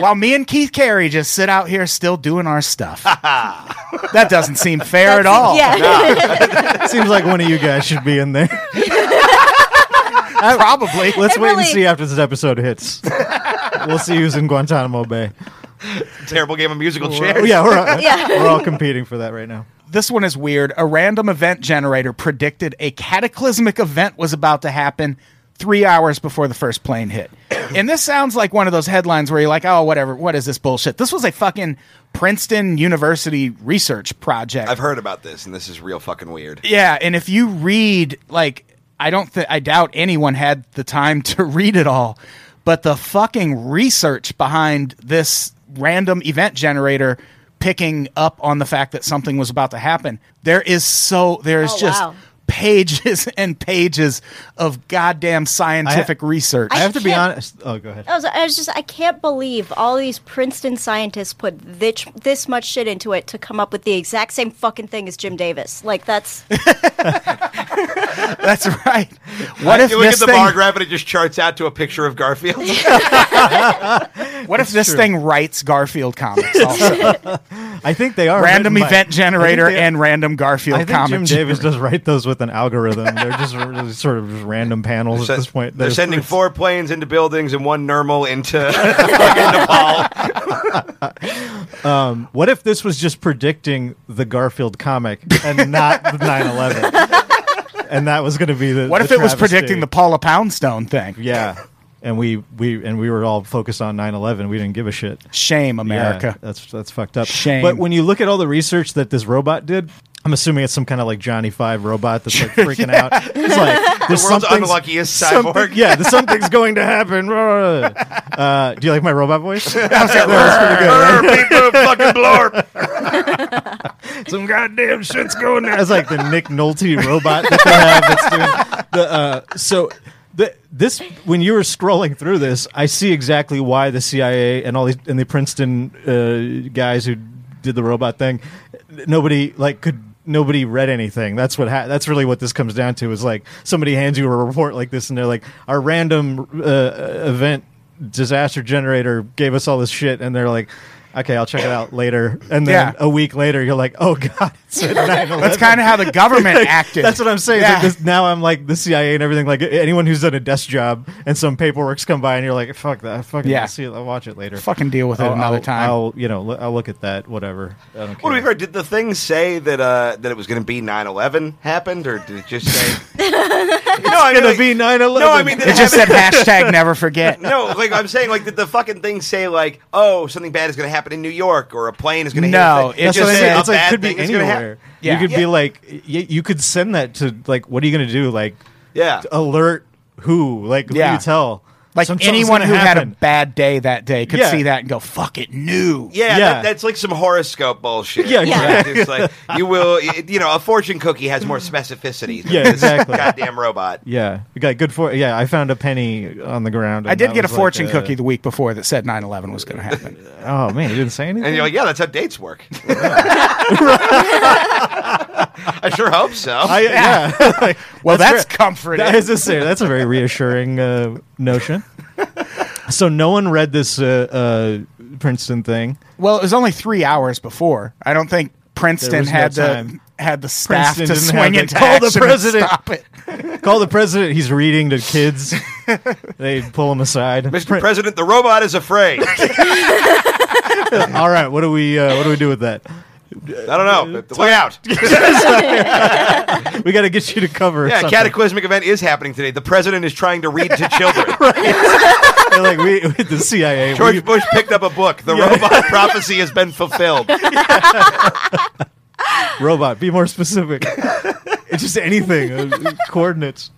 While me and Keith Carey just sit out here still doing our stuff. that doesn't seem fair at all.
Yeah.
Seems like one of you guys should be in there.
Probably.
Let's
It
wait and
really-
see after this episode hits. we'll see who's in Guantanamo Bay.
Terrible game of musical
Oh,
chairs.
yeah, we're all,
Yeah.
we're all competing for that right now.
This one is weird. A random event generator predicted a cataclysmic event was about to happen three hours before the first plane hit. and this sounds like one of those headlines where you're like, oh, whatever, what is this bullshit? This was a fucking Princeton University research project.
I've heard about this, and this is real fucking weird.
Yeah, and if you read like I don't think I doubt anyone had the time to read it all, but the fucking research behind this random event generator picking up on the fact that something was about to happen. There is so there is
Oh,
just
wow.
pages and pages of goddamn scientific research.
I have to be
can't-
honest. Oh, go ahead.
I was, I was just, I can't believe all these Princeton scientists put this, this much shit into it to come up with the exact same fucking thing as Jim Davis. Like, that's,
That's right. What if
you look
this
at the
thing,
bar graph and it just charts out to a picture of Garfield?
what if this thing writes Garfield comics? Also?
I think they are
random
written by-
event generator
I think they-
and random Garfield
I think
comic.
Jim
generator.
Davis does write those with an algorithm. They're just really sort of just random panels at this point.
they're
There's-
sending four planes into buildings and one normal into fucking Nepal.
What if this was just predicting the Garfield comic and not 9/11, and that was going to be the.
What
the
if it was
travesty?
predicting the Paula Poundstone thing?
Yeah, and we we and we were all focused on 9/11. We didn't give a shit.
Shame, America.
Yeah, that's that's fucked up.
Shame.
But when you look at all the research that this robot did, I'm assuming it's some kind of like Johnny Five robot that's like freaking out. It's like there's
The world's
something's-
unluckiest
something-
cyborg.
yeah, there's something's going to happen. Uh, do you like my robot voice? That was pretty good, right?
People fucking blorp.
Some goddamn shit's going down. It's like the Nick Nolte robot that they have that's doing the uh, so. The, this when you were scrolling through this, I see exactly why the CIA and all these and the Princeton uh, guys who did the robot thing, nobody like could nobody read anything. That's what ha- that's really what this comes down to is like somebody hands you a report like this and they're like our random uh, event disaster generator gave us all this shit and they're like okay I'll check it out later and
Yeah.
then a week later you're like oh god it's at 9/11.
That's kind of how the government acted.
That's what I'm saying. It's
Yeah.
like this- now I'm like the CIA and everything. Like anyone who's done a desk job and some paperwork's come by and you're like, fuck that. Fucking
Yeah.
I'll see it. I'll watch it later.
Fucking deal with it
I'll-
another
I'll-
time.
I'll you know lo- I'll look at that. Whatever. I don't care.
What do we heard? Did the thing say that uh, that it was going to be 9-11 happened, or did it just say? no, I
Gonna
like-
be 9/11.
No, I mean that
it just said
happened-
hashtag never forget.
No, like I'm saying, like did the fucking thing say like, oh, something bad is going to happen in New York, or a plane is going to
No,
hit? a thing?
it
That's
just
what I
said
mean.
a
It's like
bad
could be
thing is gonna
anywhere.
happen.
Yeah.
You could
Yeah.
be like y- you could send that to like what are you gonna do? Like
Yeah.
to alert who? Like who
Yeah.
do you tell?
Like
Some- something's
anyone
gonna
who had a
happen.
bad day that day could
Yeah.
see that and go, "Fuck it, new."
Yeah,
Yeah.
That, that's like some horoscope bullshit.
Yeah, Yeah.
Right? it's like you will, you know, a fortune cookie has more specificity. Than
Yeah,
this
exactly.
Goddamn robot.
Yeah, we got good for. Yeah, I found a penny on the ground.
I
and
did
that
get a
was like
fortune cookie the week before that said 9/11 was going to happen.
Oh man, you didn't say anything.
And you're like, yeah, that's how dates work. I sure hope so.
I, yeah.
Well, that's,
fair.
comforting.
That is a, ser- that's a very reassuring uh, notion. So no one read this uh, uh, Princeton thing.
well, it was only three hours before. I don't think Princeton
was no
had the
time.
had the staff
Princeton
to
didn't
swing
have
into
the- Call the
action and
president.
stop it.
Call the president. He's reading to kids. they pull him aside.
Mr. President, the robot is afraid. I
All right, what do we uh, what do we do with that?
don't know. Look out.
We got to get you to cover.
Yeah, a
something.
cataclysmic event is happening today. The president is trying to read to children.
They're like we, we the CIA. we-
George Bush picked up a book. The robot prophecy has been fulfilled.
robot, be more specific. it's just anything. uh, coordinates.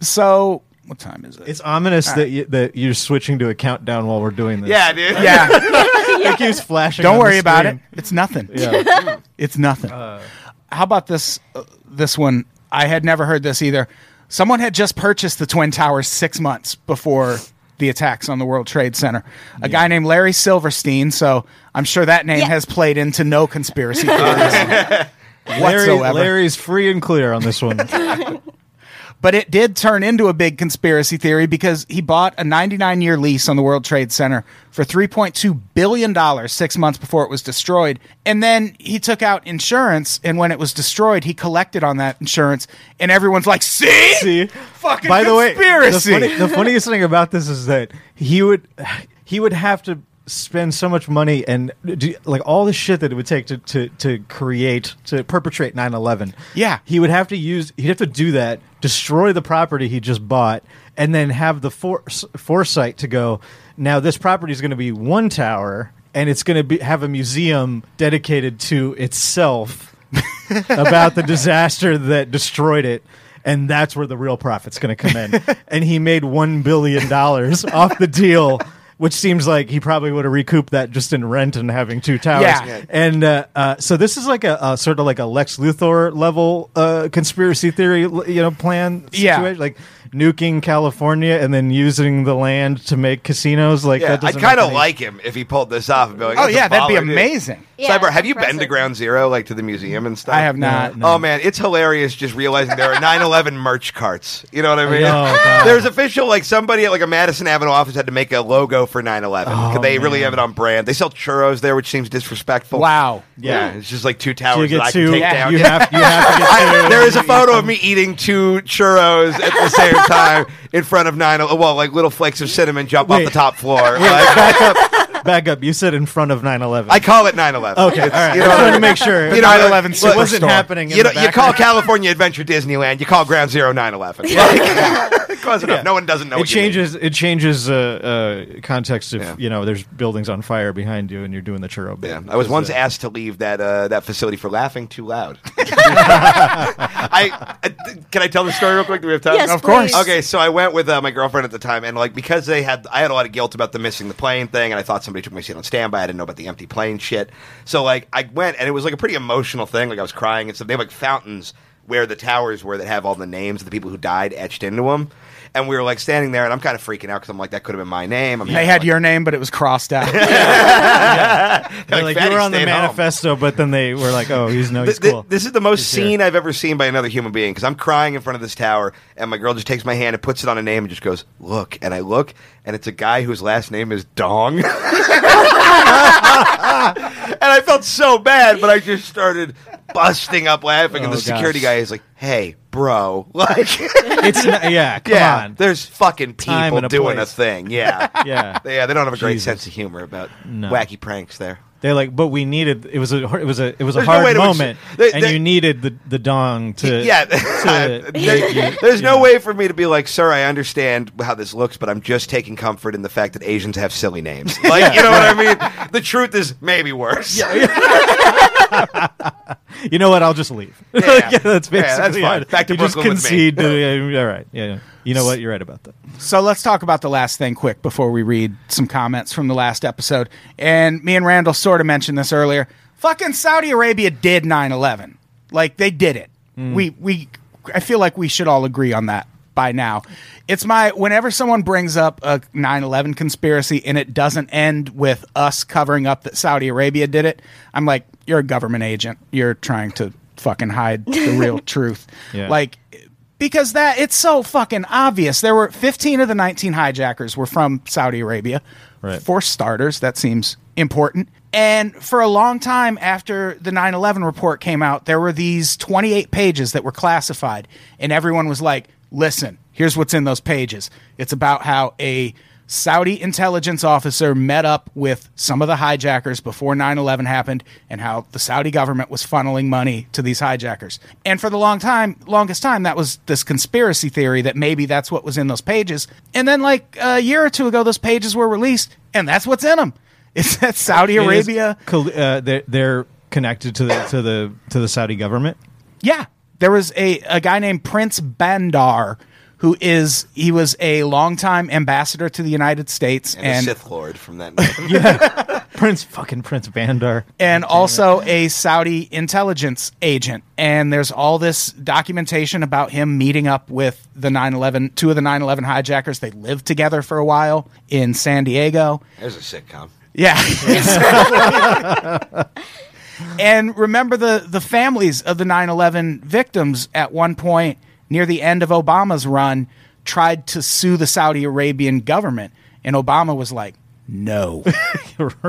So, what time is it?
It's ominous that you, that you're switching to a countdown while we're doing this.
Yeah, dude.
yeah.
it keeps flashing.
Don't
on the
worry about it.
screen.
It's nothing.
Yeah. Uh.
It's nothing. How about this? Uh, this one I had never heard this either. Someone had just purchased the twin towers six months before the attacks on the World Trade Center. A guy named Larry Silverstein. So I'm sure that name
Yeah.
has played into no conspiracy theories
Larry,
whatsoever.
Larry's free and clear on this one.
But But it did turn into a big conspiracy theory because he bought a 99 year lease on the World Trade Center for $3.2 billion six months before it was destroyed. And then he took out insurance. And when it was destroyed, he collected on that insurance. And everyone's like, see?
See,
Fucking
by
conspiracy.
the way, the, funny- the funniest thing about this is that he would he would have to spend so much money and do, like all the shit that it would take to, to, to create to perpetrate 9-11
Yeah.
he would have to use he'd have to do that destroy the property he just bought and then have the for, foresight to go now this property is going to be one tower and it's going to be have a museum dedicated to itself about the disaster that destroyed it and that's where the real profit's going to come in and he made 1 billion dollars off the deal which seems like he probably would have recouped that just in rent and having two towers
Yeah. Yeah.
and uh, uh, so this is like a, a sort of like a lex luthor level uh, conspiracy theory l- you know plan
Yeah.
situation like nuking california and then using the land to make casinos like
Yeah,
that
I'd
doesn't make
kind of
any-
like him if he pulled this off. And be like,
Oh,
"That's a
yeah, that'd be
baller, dude."
amazing.
Yeah,
Cyber, have you
impressive.
been to Ground Zero, like to the museum and stuff?
I have not.
No.
Oh man, it's hilarious just realizing there are 9/11 merch carts. You know what I mean?
Oh, God.
There's official like somebody at like a Madison Avenue office had to make a logo for 9/11
Oh,
'cause they really have it on brand. They sell churros there, which seems disrespectful.
Wow.
Oh. Yeah, it's just like two
So you
towers that I can
get two
take
yeah,
down.
you
Yeah.
have you have to get
I- there is a photo of me eating two churros at the same time in front of 9 well like little flakes of cinnamon jump off
Wait.
the top floor. Like,
back up back up you said in front of 9-11
I call it 9/11.
Okay, all right.
you
I
know-
just wanted to make sure
You know, I-
9/11
look,
it wasn't
Superstore.
happening. In
you,
the
know, you call
background.
California Adventure Disneyland. You call Ground Zero 911. Like, close enough. No one doesn't know.
It
what you mean.
changes. It changes uh, uh, context if
Yeah.
you know there's buildings on fire behind you and you're doing the churro. bit.
Yeah, I was
Because,
once
uh,
asked to leave that uh, that facility for laughing too loud. I uh, th- can I tell the story real quick? Do we have time?
Yes, Of course. please.
Okay, so I went with uh, my girlfriend at the time, and like because they had, I had a lot of guilt about the missing the plane thing, and I thought somebody took my seat on standby. I didn't know about the empty plane shit. So like I went, and it was like a pretty emotional thing. Like I was crying and stuff. They have like fountains where the towers were that have all the names of the people who died etched into them. And we were like standing there, and I'm kind of freaking out because I'm like, that could have been my name. I'm
They had your name, but it was crossed out.
they're like, you
"Fatty,
were on the
stay at home."
manifesto, but then they were like, "Oh, he's no, he's
Th- th-
cool."
This is the most
here.
seen I've ever seen by another human being because I'm crying in front of this tower, and my girl just takes my hand and puts it on a name and just goes, "Look," and I look, and it's a guy whose last name is Dong. and I felt so bad, but I just started busting up laughing, and
Oh,
the security
gosh.
guy is like, "Hey, bro, like,
it's not, yeah, come
yeah,
on,
there's fucking
Time
people
and a
doing
place."
a thing, yeah."
yeah.
Yeah, they don't have a great
Jesus.
sense of humor about
No.
wacky pranks there.
They're like, but we needed. It was a, hard- it was a, it was a
There's no way
hard
to ex-
moment,
they-
and
they-
you needed the the dong to,
yeah.
to
There-
make you-
there's no
yeah.
way for me to be like, sir, I understand how this looks, but I'm just taking comfort in the fact that Asians have silly names. Like, you know what I mean? The truth is maybe worse. Yeah,
You know what? I'll just leave.
Yeah.
that's
Yeah,
basically
that's fine.
it.
Back to
you
Brooklyn with
just
me.
concede. to- yeah, all right. Yeah, yeah. You know what? You're right about that.
So let's talk about the last thing quick before we read some comments from the last episode. And me and Randall sort of mentioned this earlier. Fucking Saudi Arabia did 9/11. Like they did it. We we I feel like we should all agree on that by now. It's my whenever someone brings up a 9/11 conspiracy and it doesn't end with us covering up that Saudi Arabia did it, I'm like you're a government agent. You're trying to fucking hide the real truth.
Yeah.
Like because that it's so fucking obvious. There were 15 of the 19 hijackers were from Saudi Arabia.
Right.
For starters, that seems important. And for a long time after the 9/11 report came out, there were these 28 pages that were classified and everyone was like, "Listen, here's what's in those pages. It's about how a Saudi intelligence officer met up with some of the hijackers before 9 11 happened and how the Saudi government was funneling money to these hijackers. And for the long time, longest time, that was this conspiracy theory that maybe that's what was in those pages. And then, like a year or two ago, those pages were released and that's what's in them. It's that Saudi
It is
Arabia.
col- uh, they're, they're connected to the to the to the Saudi government.
Yeah. There was a, a guy named Prince Bandar who is he was a longtime ambassador to the United States
And, a Sith Lord from that.
Prince fucking Prince Bandar.
and also a Saudi intelligence agent. And there's all this documentation about him meeting up with the 9/11, two of the 9/11 hijackers. They lived together for a while in San Diego.
There's a sitcom.
Yeah. and remember the the families of the 9/11 victims at one point near the end of Obama's run, tried to sue the Saudi Arabian government. And Obama was like, no,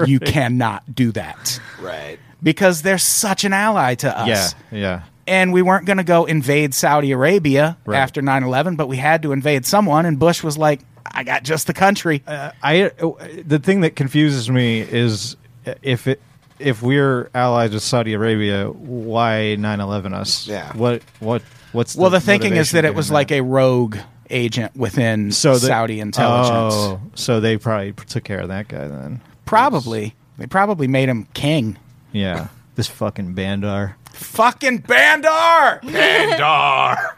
you cannot do that
Right.
because they're such an ally to us
Yeah, yeah.
and we weren't going to go invade Saudi Arabia
Right.
after 9/11, but we had to invade someone and Bush was like, I got just the country.
Uh, I the thing that confuses me is uh, if it if we're allies with Saudi Arabia, why 9/11 us?
Yeah.
What what what's
well, the thinking is
motivation
that it
behind
was like a rogue agent within
so that-
Saudi intelligence.
Oh, so they probably took care of that guy then.
Probably. They probably made him king.
Yeah. This fucking Bandar.
Fucking Bandar!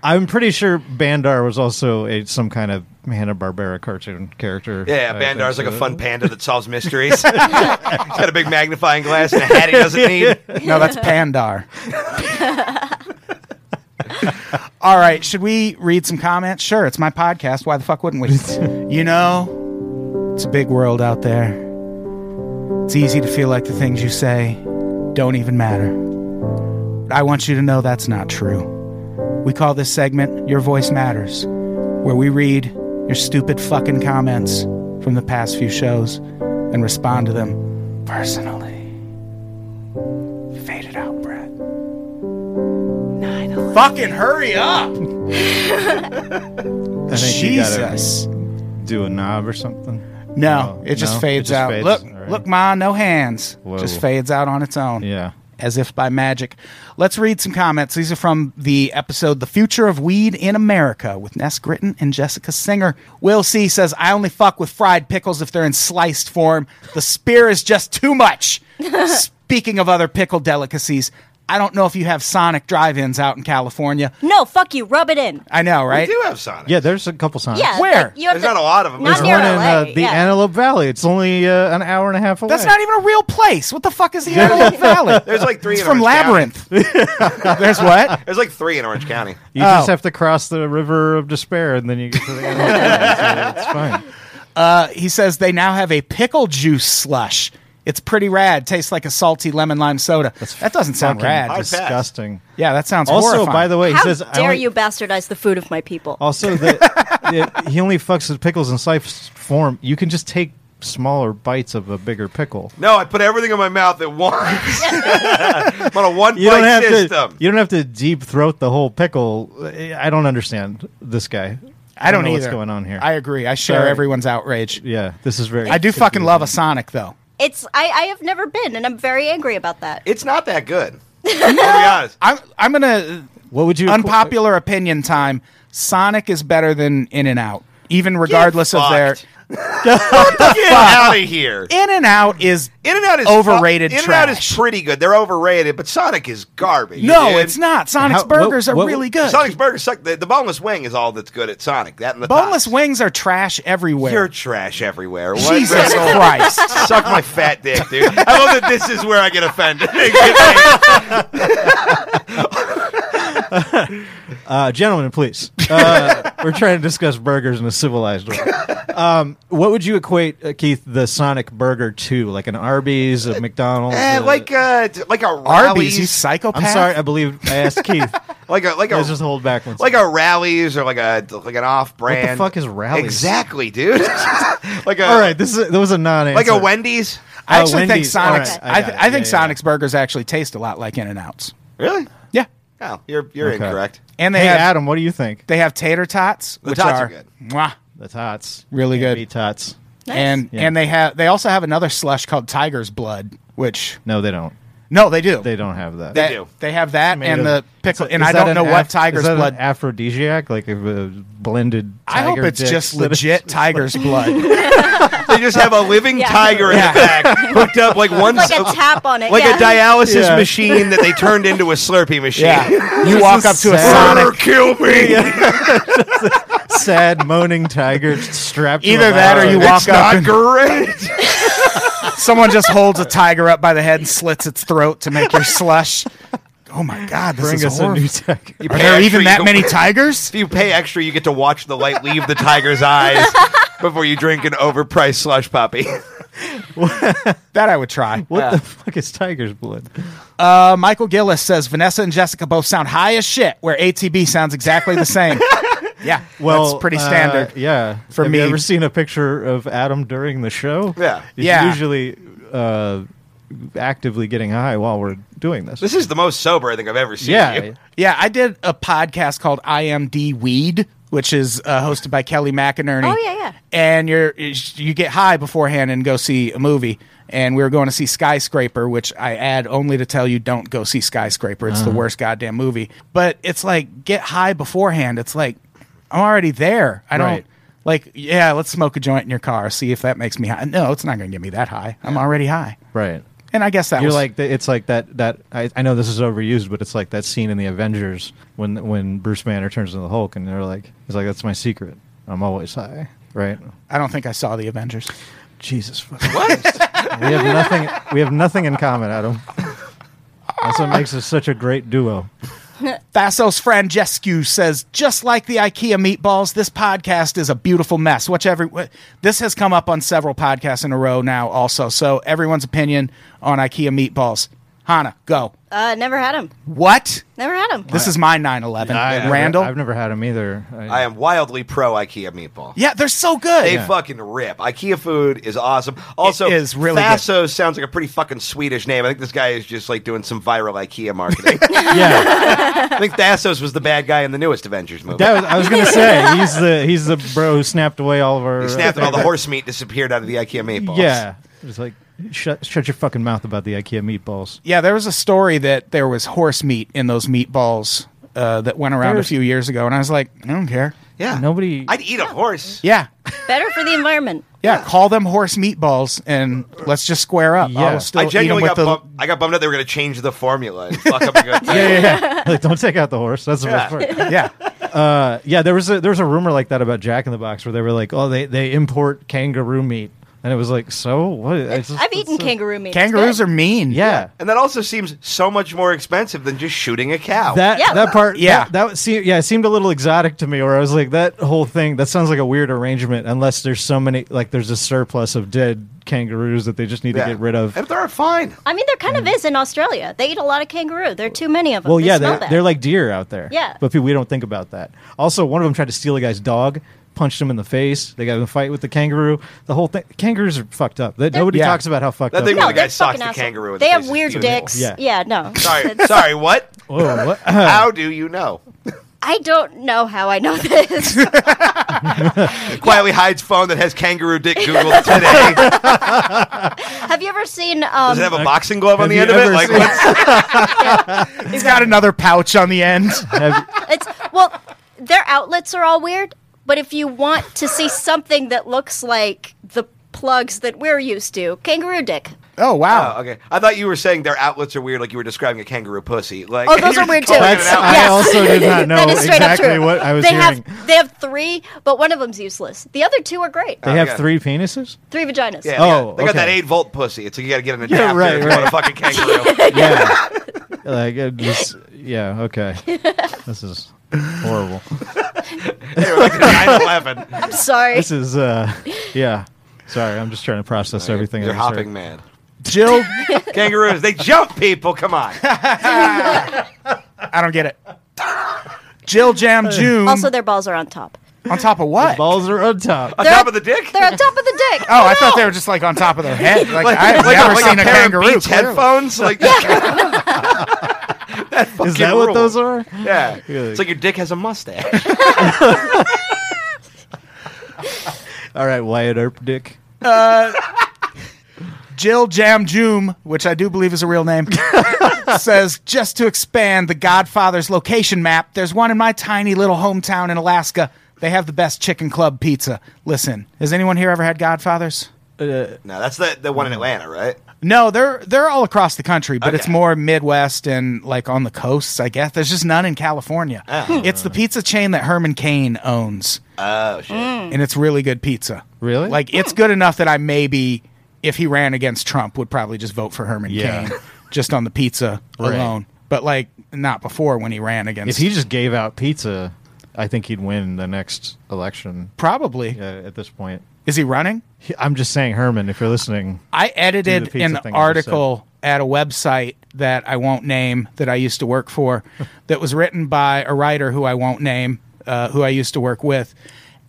I'm pretty sure Bandar was also a some kind of Hanna Barbera cartoon character.
Yeah,
I
Bandar's like
think
a
so.
fun panda that solves mysteries. He's got a big magnifying glass and a hat he doesn't need.
no, that's Pandar. All right, should we read some comments? Sure, it's my podcast. Why the fuck wouldn't we? you know, it's a big world out there. It's easy to feel like the things you say don't even matter. But I want you to know that's not true. We call this segment Your Voice Matters, where we read your stupid fucking comments from the past few shows and respond to them personally. Fade it out, Brett. Fucking hurry up!
I think you gotta
Jesus.
do a knob or something.
No,
No,
it just
no,
fades
it just
out.
fades.
Look,
All right.
look, ma, no hands.
Whoa.
Just fades out on its own.
Yeah.
As if by magic. Let's read some comments. These are from the episode The Future of Weed in America with Ness Gritton and Jessica Singer. Will C says, I only fuck with fried pickles if they're in sliced form. The spear is just too much. Speaking of other pickle delicacies, I don't know if you have Sonic drive ins out in California.
No, fuck you. Rub it in.
I know,
I
right?
do have Sonic.
Yeah, there's a couple signs.
Yeah.
Where?
like, you have
There's
to-
not a lot of them.
Not
There's
There's
near
one in
LA.
uh, the
yeah.
Antelope Valley. It's only uh, an hour and a half away.
That's not even a real place. What the fuck is the Antelope Valley?
There's like three
It's
in
from
Orange
Labyrinth. There's what?
There's like three in Orange County.
You
Oh.
just have to cross the river of despair, and then you get to the Antelope Valley. So it's fine.
He says they now have a pickle juice slush. It's pretty rad. Tastes like a salty lemon lime soda. that doesn't sound
Fucking
rad.
high
Disgusting.
Yeah, that sounds
Also,
horrifying.
by the way,
How
he says, I
dare
only-
you bastardize the food of my people?
Oh.
Also, the, the- he only fucks with pickles in sliced form. You can just take smaller bites of a bigger pickle.
No, I put everything in my mouth at once. I'm on a one
You don't
plate
have
system.
to. You don't have to deep throat the whole pickle. I don't understand this guy.
I don't
know
either.
what's going on here.
I agree. I share
Sorry.
everyone's outrage.
yeah, this is very.
I do fucking love a Sonic though.
It's I, I have never been, and I'm very angry about that.
it's not that good. I'll be honest.
I'm I'm gonna uh,
What would you
unpopular opinion time. Sonic is better than In and Out, even regardless of their
fucked. Get out of here.
In and Out is
In and out is
Overrated
In and out is
trash.
pretty good. They're overrated, but Sonic is garbage.
no,
dude.
it's not. Sonic's
How- what-
burgers are
what-
really good.
Sonic's burgers suck. The, the boneless wing is all that's good at Sonic. That and the
Boneless
thighs.
wings are trash everywhere.
You're trash everywhere. What?
Jesus Christ.
Suck my fat dick, dude. I love that this is where I get offended. Good thing.
Uh, gentlemen, please. Uh, we're trying to discuss burgers in a civilized way. Um, what would you equate, uh, Keith, the Sonic burger to? Like an Arby's,
Uh,
a McDonald's?
Eh,
a-
like uh, like a
Arby's, you
rallies,
psychopath.
I'm sorry, uh, I believe I asked Keith.
like a like a
Let's just hold back one.
like
second.
a rallies or like a like an off brand.
fuck is rallies?
Exactly, dude. like a
all right, this is that was a non-answer.
like a Wendy's.
I
Uh,
actually think
Wendy's. All
Sonic's.
right,
I,
I
th-
got it.
I think
Yeah, yeah,
Sonic's burgers actually taste a lot like In and Outs.
Really?
Yeah,
Oh, you're you're
Okay.
incorrect.
and they
Hey,
have
Adam, what do you think?
they have tater tots, which
tots
are,
are good.
mwah,
The tots,
Really good.
Can't beat tots.
Nice.
and
Yeah.
and they have they also have another slush called Tiger's Blood, which
No, they don't.
no, they do.
They don't have that.
That-
They do.
They have that
Made
and
of-
the pickle, and
Is
I
that
don't
an
know what
af-
Tiger's
is that an
Blood.
aphrodisiac, like a, a blended.
I hope
tiger
it's
dick
just
that is-
legit Tiger's Blood.
They just have a living
Yeah.
tiger in
Yeah.
the back, hooked up like one
Like a tap on it.
like
yeah.
a dialysis
Yeah.
machine that they turned into a Slurpee machine.
Yeah, you walk up to a
sad.
Sonic.
kill me.
sad moaning tiger strapped. to
Either
a
that or
lounge.
you walk up and
great.
Someone just holds a tiger up by the head and slits its throat to make your slush. Oh my god, this
Bring
is
us
horrible.
a new tiger.
Are there
Actually,
even
you
that
don't-
many tigers?
If you pay extra, you get to watch the light leave the tiger's eyes before you drink an overpriced slush puppy.
that I would try.
What
Yeah.
the fuck is tiger's blood?
Uh, Michael Gillis says Vanessa and Jessica both sound high as shit, where ATB sounds exactly the same. yeah,
Well,
that's pretty
uh,
standard.
yeah.
For
Have
me.
you ever seen a picture of Adam during the show?
Yeah.
He's
Yeah.
usually uh, actively getting high while we're doing this.
This is the most sober I think I've ever seen.
yeah.
you.
Yeah, I did a podcast called IMD Weed, which is uh, hosted by Kelly McInerney.
Oh, yeah, yeah.
And you're you get high beforehand and go see a movie. And we were going to see Skyscraper, which I add only to tell you don't go see Skyscraper. It's
Uh-huh.
the worst goddamn movie. But it's like get high beforehand. It's like I'm already there. I don't
Right.
like yeah. Let's smoke a joint in your car. See if that makes me high. No, it's not going to get me that high. I'm already high.
Right.
And I guess that
You're
was
like it's like that that I, I know this is overused, but it's like that scene in the Avengers when when Bruce Banner turns into the Hulk, and they're like, he's like, that's my secret. I'm always high. Right.
I don't think I saw the Avengers.
Jesus. What? we have nothing. We have nothing in common, Adam. That's what makes us such a great duo.
Thassos Frangescu says, just like the IKEA meatballs, this podcast is a beautiful mess. Whichever wh- this has come up on several podcasts in a row now, also. So everyone's opinion on IKEA meatballs. Hannah, go.
Uh, never had him.
What?
Never had him.
This is my 911.
I've never-
Randall.
I've never had them either.
I am wildly pro IKEA meatball.
yeah, they're so good.
They fucking rip. IKEA food is awesome. Also,
It is really good.
Faso sounds like a pretty fucking Swedish name. I think this guy is just like doing some viral IKEA marketing.
yeah.
I think Thassos was the bad guy in the newest Avengers movie.
That was, I was gonna say he's the he's the bro who snapped away all of our.
he snapped and all the horse meat disappeared out of the IKEA meatballs.
Yeah. It's like shut shut your fucking mouth about the IKEA meatballs.
yeah, there was a story that there was horse meat in those meatballs uh, that went around
There's-
a few years ago, and I was like, I don't care.
yeah.
Nobody.
I'd eat a horse.
Yeah.
Better for the environment.
Yeah, call them horse meatballs, and let's just square up.
Yeah.
I'll still
I
eat 'em
genuinely
with
got
the-
bummed. I got bummed out they were going to change the formula. And fuck up a good thing.
yeah, yeah, yeah. like, don't take out the horse. That's the
Yeah.
best part.
Yeah.
Uh, yeah, there was a, there was a rumor like that about Jack in the Box where they were like, oh, they, they import kangaroo meat, and it was like, so what? It's just-
I've eaten
it's a-
kangaroo meat. It's
Kangaroos
good.
are mean.
Yeah.
And that also seems so much more expensive than just shooting a cow.
That
Yeah.
that part,
Yeah.
that, that seemed, yeah, it seemed a little exotic to me. Where I was like, that whole thing, that sounds like a weird arrangement. Unless there's so many, like, there's a surplus of dead kangaroos that they just need
Yeah.
to get rid of.
And they're fine.
I mean, there kind of is in Australia. They eat a lot of kangaroo. There are too many of them.
Well,
They
yeah,
smell
they're,
bad.
they're like deer out there.
Yeah.
But people, we don't think about that. Also, one of them tried to steal a guy's dog, punched him in the face. They got in a fight with the kangaroo. The whole thing. Kangaroos are fucked up. That, nobody
Yeah.
talks about how fucked
That
up.
thing
they
no,
the
are.
guy
they're
socked
fucking
the
awesome.
kangaroo in the
They have
face is
weird
beautiful.
dicks.
Yeah.
Yeah, no.
Sorry, sorry. What?
Whoa, what?
How do you know?
I don't know how I know this.
Quietly hides phone that has kangaroo dick Googled today. Does
have you ever seen?
it have
Um,
a boxing glove on
Have
the
you
end of it?
ever
Like
seen-
what's
He's got another pouch on the end.
Have-
it's well, their outlets are all weird. But if you want to see something that looks like the plugs that we're used to, kangaroo dick.
Oh, wow.
Oh, okay. I thought you were saying their outlets are weird, like you were describing a kangaroo pussy. Like,
Oh, those are weird too.
Calling it
That's-
an outlet.
I also did not know
that is straight up
exactly
true.
what I was
they
hearing.
Have, they have three, but one of them's useless. The other two are great.
they have
yeah.
three penises.
Three vaginas.
Yeah, they got-
Oh,
they got that
okay.
eight volt pussy. It's like you got to get an adapter
Yeah, right,
if you want a
right.
fucking kangaroo.
Yeah. like it just, yeah. Okay. This is horrible.
they were like 911.
I'm sorry.
This is uh, yeah. Sorry, I'm just trying to process everything. I
You're
just heard.
hopping mad.
Jill,
Kangaroos, they jump people. Come on.
I don't get it. Jill Jam June.
also, their balls are on top.
on top of what? Oh,
Balls are on top.
On
They're-
top of the dick?
They're on top of the dick.
I thought they were just like on top of their head. Like, I've
like
never
a, like
seen
a
a,
pair of
kangaroo.
Beats headphones? Like,
Is that what those are?
Yeah.
You're like-
It's like your dick has a mustache.
All right, Wyatt Earp dick.
Jill Jam Joom, which I do believe is a real name, says just to expand the Godfather's location map, there's one in my tiny little hometown in Alaska. They have the best chicken club pizza. Listen, has anyone here ever had Godfathers?
no, that's the, the one in Atlanta, right?
No, they're they're all across the country, but it's
Okay.
more Midwest and like on the coasts, I guess. There's just none in California.
Ah. Hmm.
Oh.
It's the pizza chain that Herman Cain owns,
Oh, shit.
and it's really good pizza.
Really?
Like it's good enough that I maybe if he ran against Trump would probably just vote for Herman
Yeah.
Cain just on the pizza
Right.
alone. But like not before when he ran
If
against
he just gave out pizza, I think he'd win the next election
probably.
uh, at this point.
Is he running?
He- I'm just saying, Herman, if you're listening,
I edited
pizza
an
thing I just
article at a website that I won't name that I used to work for that was written by a writer who I won't name, uh, who I used to work with.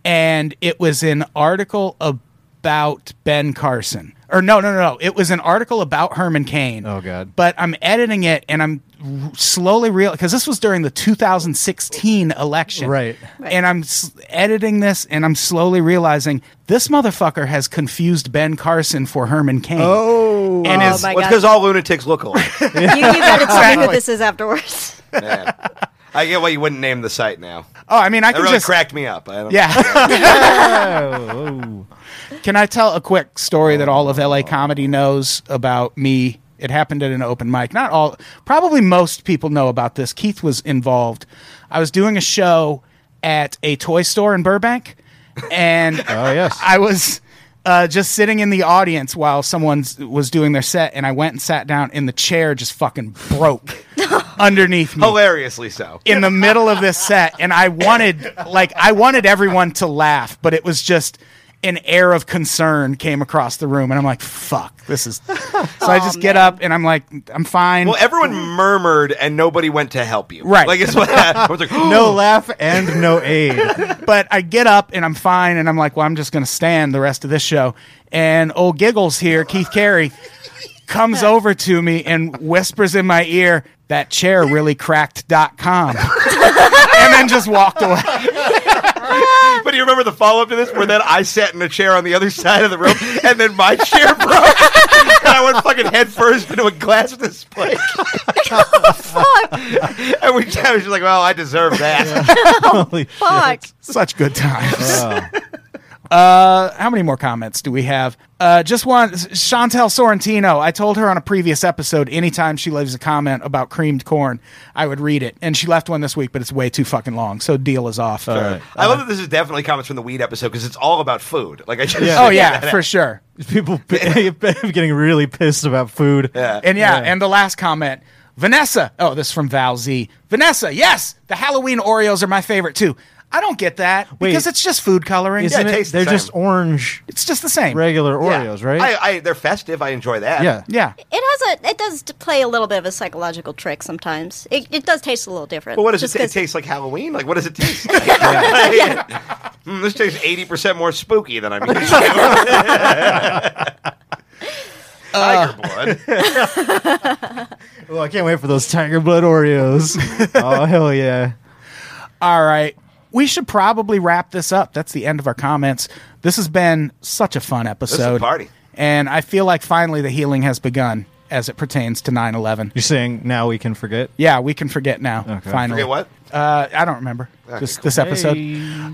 And it was an article about Ben Carson. Or no, no, no, no. It was an article about Herman Cain.
Oh, God.
But I'm editing it and I'm r- slowly real because this was during the 2016 election.
Right.
Right.
And I'm s- editing this and I'm slowly realizing this motherfucker has confused Ben Carson for Herman Cain.
oh,
And
Oh,
is,
my
Well, it's
God.
because all lunatics look alike.
You, you gotta tell me
Exactly.
who this is afterwards.
Man. I get why you wouldn't name the site now.
oh, I mean, I
That
can
really
just
cracked me up. I don't
yeah.
oh.
can I tell a quick story that all of LA comedy knows about me? It happened at an open mic. Not all, probably most people know about this. Keith was involved. I was doing a show at a toy store in Burbank, and
Oh, yes.
I was uh, just sitting in the audience while someone s- was doing their set, and I went and sat down, and the chair just fucking broke underneath
Oh,
me.
Hilariously so.
in the middle of this set and I wanted like I wanted everyone to laugh, but it was just an air of concern came across the room and I'm like, fuck, this is so I just get up and I'm like, I'm fine.
Oh, Well, everyone murmured and nobody went to help you.
Right.
Like it's what everyone's like,
no laugh and no aid.
but I get up and I'm fine and I'm like, well, I'm just gonna stand the rest of this show. And old giggles here, Keith Carey, comes over to me and whispers in my ear, that chair really cracked.com. and then just walked away.
But do you remember the follow up to this where then I sat in a chair on the other side of the room and then my chair broke and I went fucking head first into a glass display. and we I was just like, well, I deserve that.
Holy
Fuck.
Such good times. Uh,
Wow.
how many more comments do we have? Uh, just one. Chantel Sorrentino. I told her on a previous episode anytime she leaves a comment about creamed corn, I would read it. And she left one this week, but it's way too fucking long. So deal is off.
I
Uh-huh.
love that this is definitely comments from the weed episode because it's all about food. Like I just
Yeah.
Oh, yeah, for sure.
People p- getting really pissed about food.
Yeah.
And yeah,
Yeah.
and the last comment. Vanessa. Oh, this is from Val Z. Vanessa, yes, the Halloween Oreos are my favorite too. I don't get that because it's just food coloring.
Isn't
it
it?
tastes the
They're
same.
just orange
it's just the same.
regular
Yeah.
Oreos, right?
I, I, they're festive. I enjoy that.
yeah.
Yeah.
It has a. It does t- play a little bit of a psychological trick sometimes. It, it does taste a little different.
But what does
just
it taste?
'cause-
It tastes like Halloween. Like what does it taste? Like? Like, mm, this tastes eighty percent more spooky than I'm used to. Tiger blood.
Well, Oh, I can't wait for those Tiger Blood Oreos. oh hell yeah!
All right. We should probably wrap this up. That's the end of our comments. This has been such a fun episode.
party.
And I feel like finally the healing has begun as it pertains to 9 11.
You're saying now we can forget?
Yeah, we can forget now. Finally.
Forget what?
Uh, I don't remember. this this episode.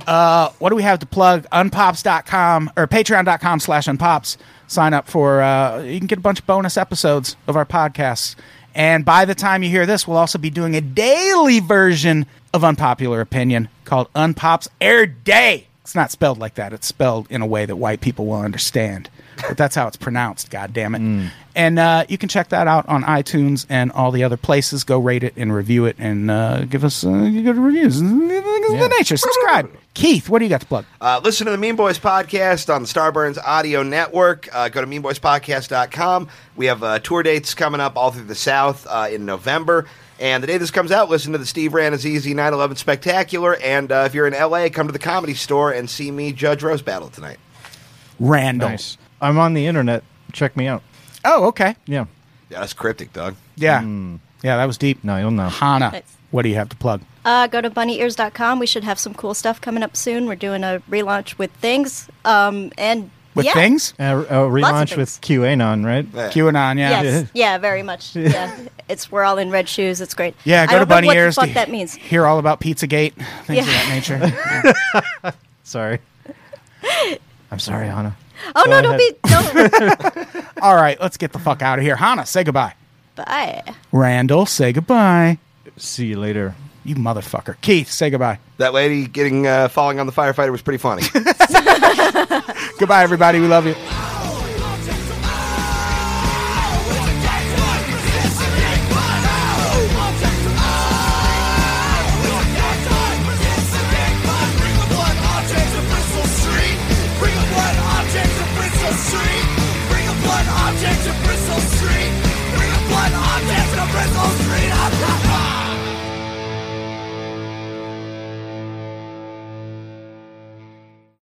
Uh, what do we have to plug? Unpops.com or patreon.com slash unpops. Sign up for, uh, you can get a bunch of bonus episodes of our podcasts. And by the time you hear this, we'll also be doing a daily version of Unpopular Opinion called Unpops Air Day. It's not spelled like that. It's spelled in a way that white people will understand. But that's how it's pronounced, God damn it.
Mm.
And uh, you can check that out on iTunes and all the other places. Go rate it and review it and uh, give us uh, good reviews. The nature. Subscribe. Keith, what do you got to plug?
Uh, listen to the Mean Boys podcast on the Starburns Audio Network. Uh, go to meanboyspodcast.com. We have uh, tour dates coming up all through the South uh, in November. And the day this comes out, listen to the Steve Ranazizi 911 Spectacular. And uh, if you're in LA, come to the comedy store and see me judge Rose Battle tonight.
Randall.
Nice. I'm on the internet. Check me out.
Oh, okay.
Yeah.
Yeah, that's cryptic, Doug.
Yeah. Yeah, that was deep.
Mm. No, you'll know.
Hana,
Nice.
what do you have to plug?
Uh, go to bunnyears.com. We should have some cool stuff coming up soon. We're doing a relaunch with things. Um, and
With
yeah.
things?
Uh, uh, relaunch with
things.
QAnon, right?
Yeah.
QAnon, yeah.
Yes. Yeah, very much. Yeah. It's we're all in red shoes. It's great.
Yeah, go
I
to
don't know
Bunny
what
Ears
the
to
fuck that means.
hear all about Pizzagate, things of
Yeah.
that nature.
Sorry. I'm sorry, Hannah.
Oh no, don't
ahead.
be don't
all right, let's get the fuck out of here. Hana, say goodbye.
bye.
Randall, say goodbye.
See you later.
You motherfucker. Keith, say goodbye.
That lady getting uh, falling on the firefighter was pretty funny.
goodbye, everybody. We love you.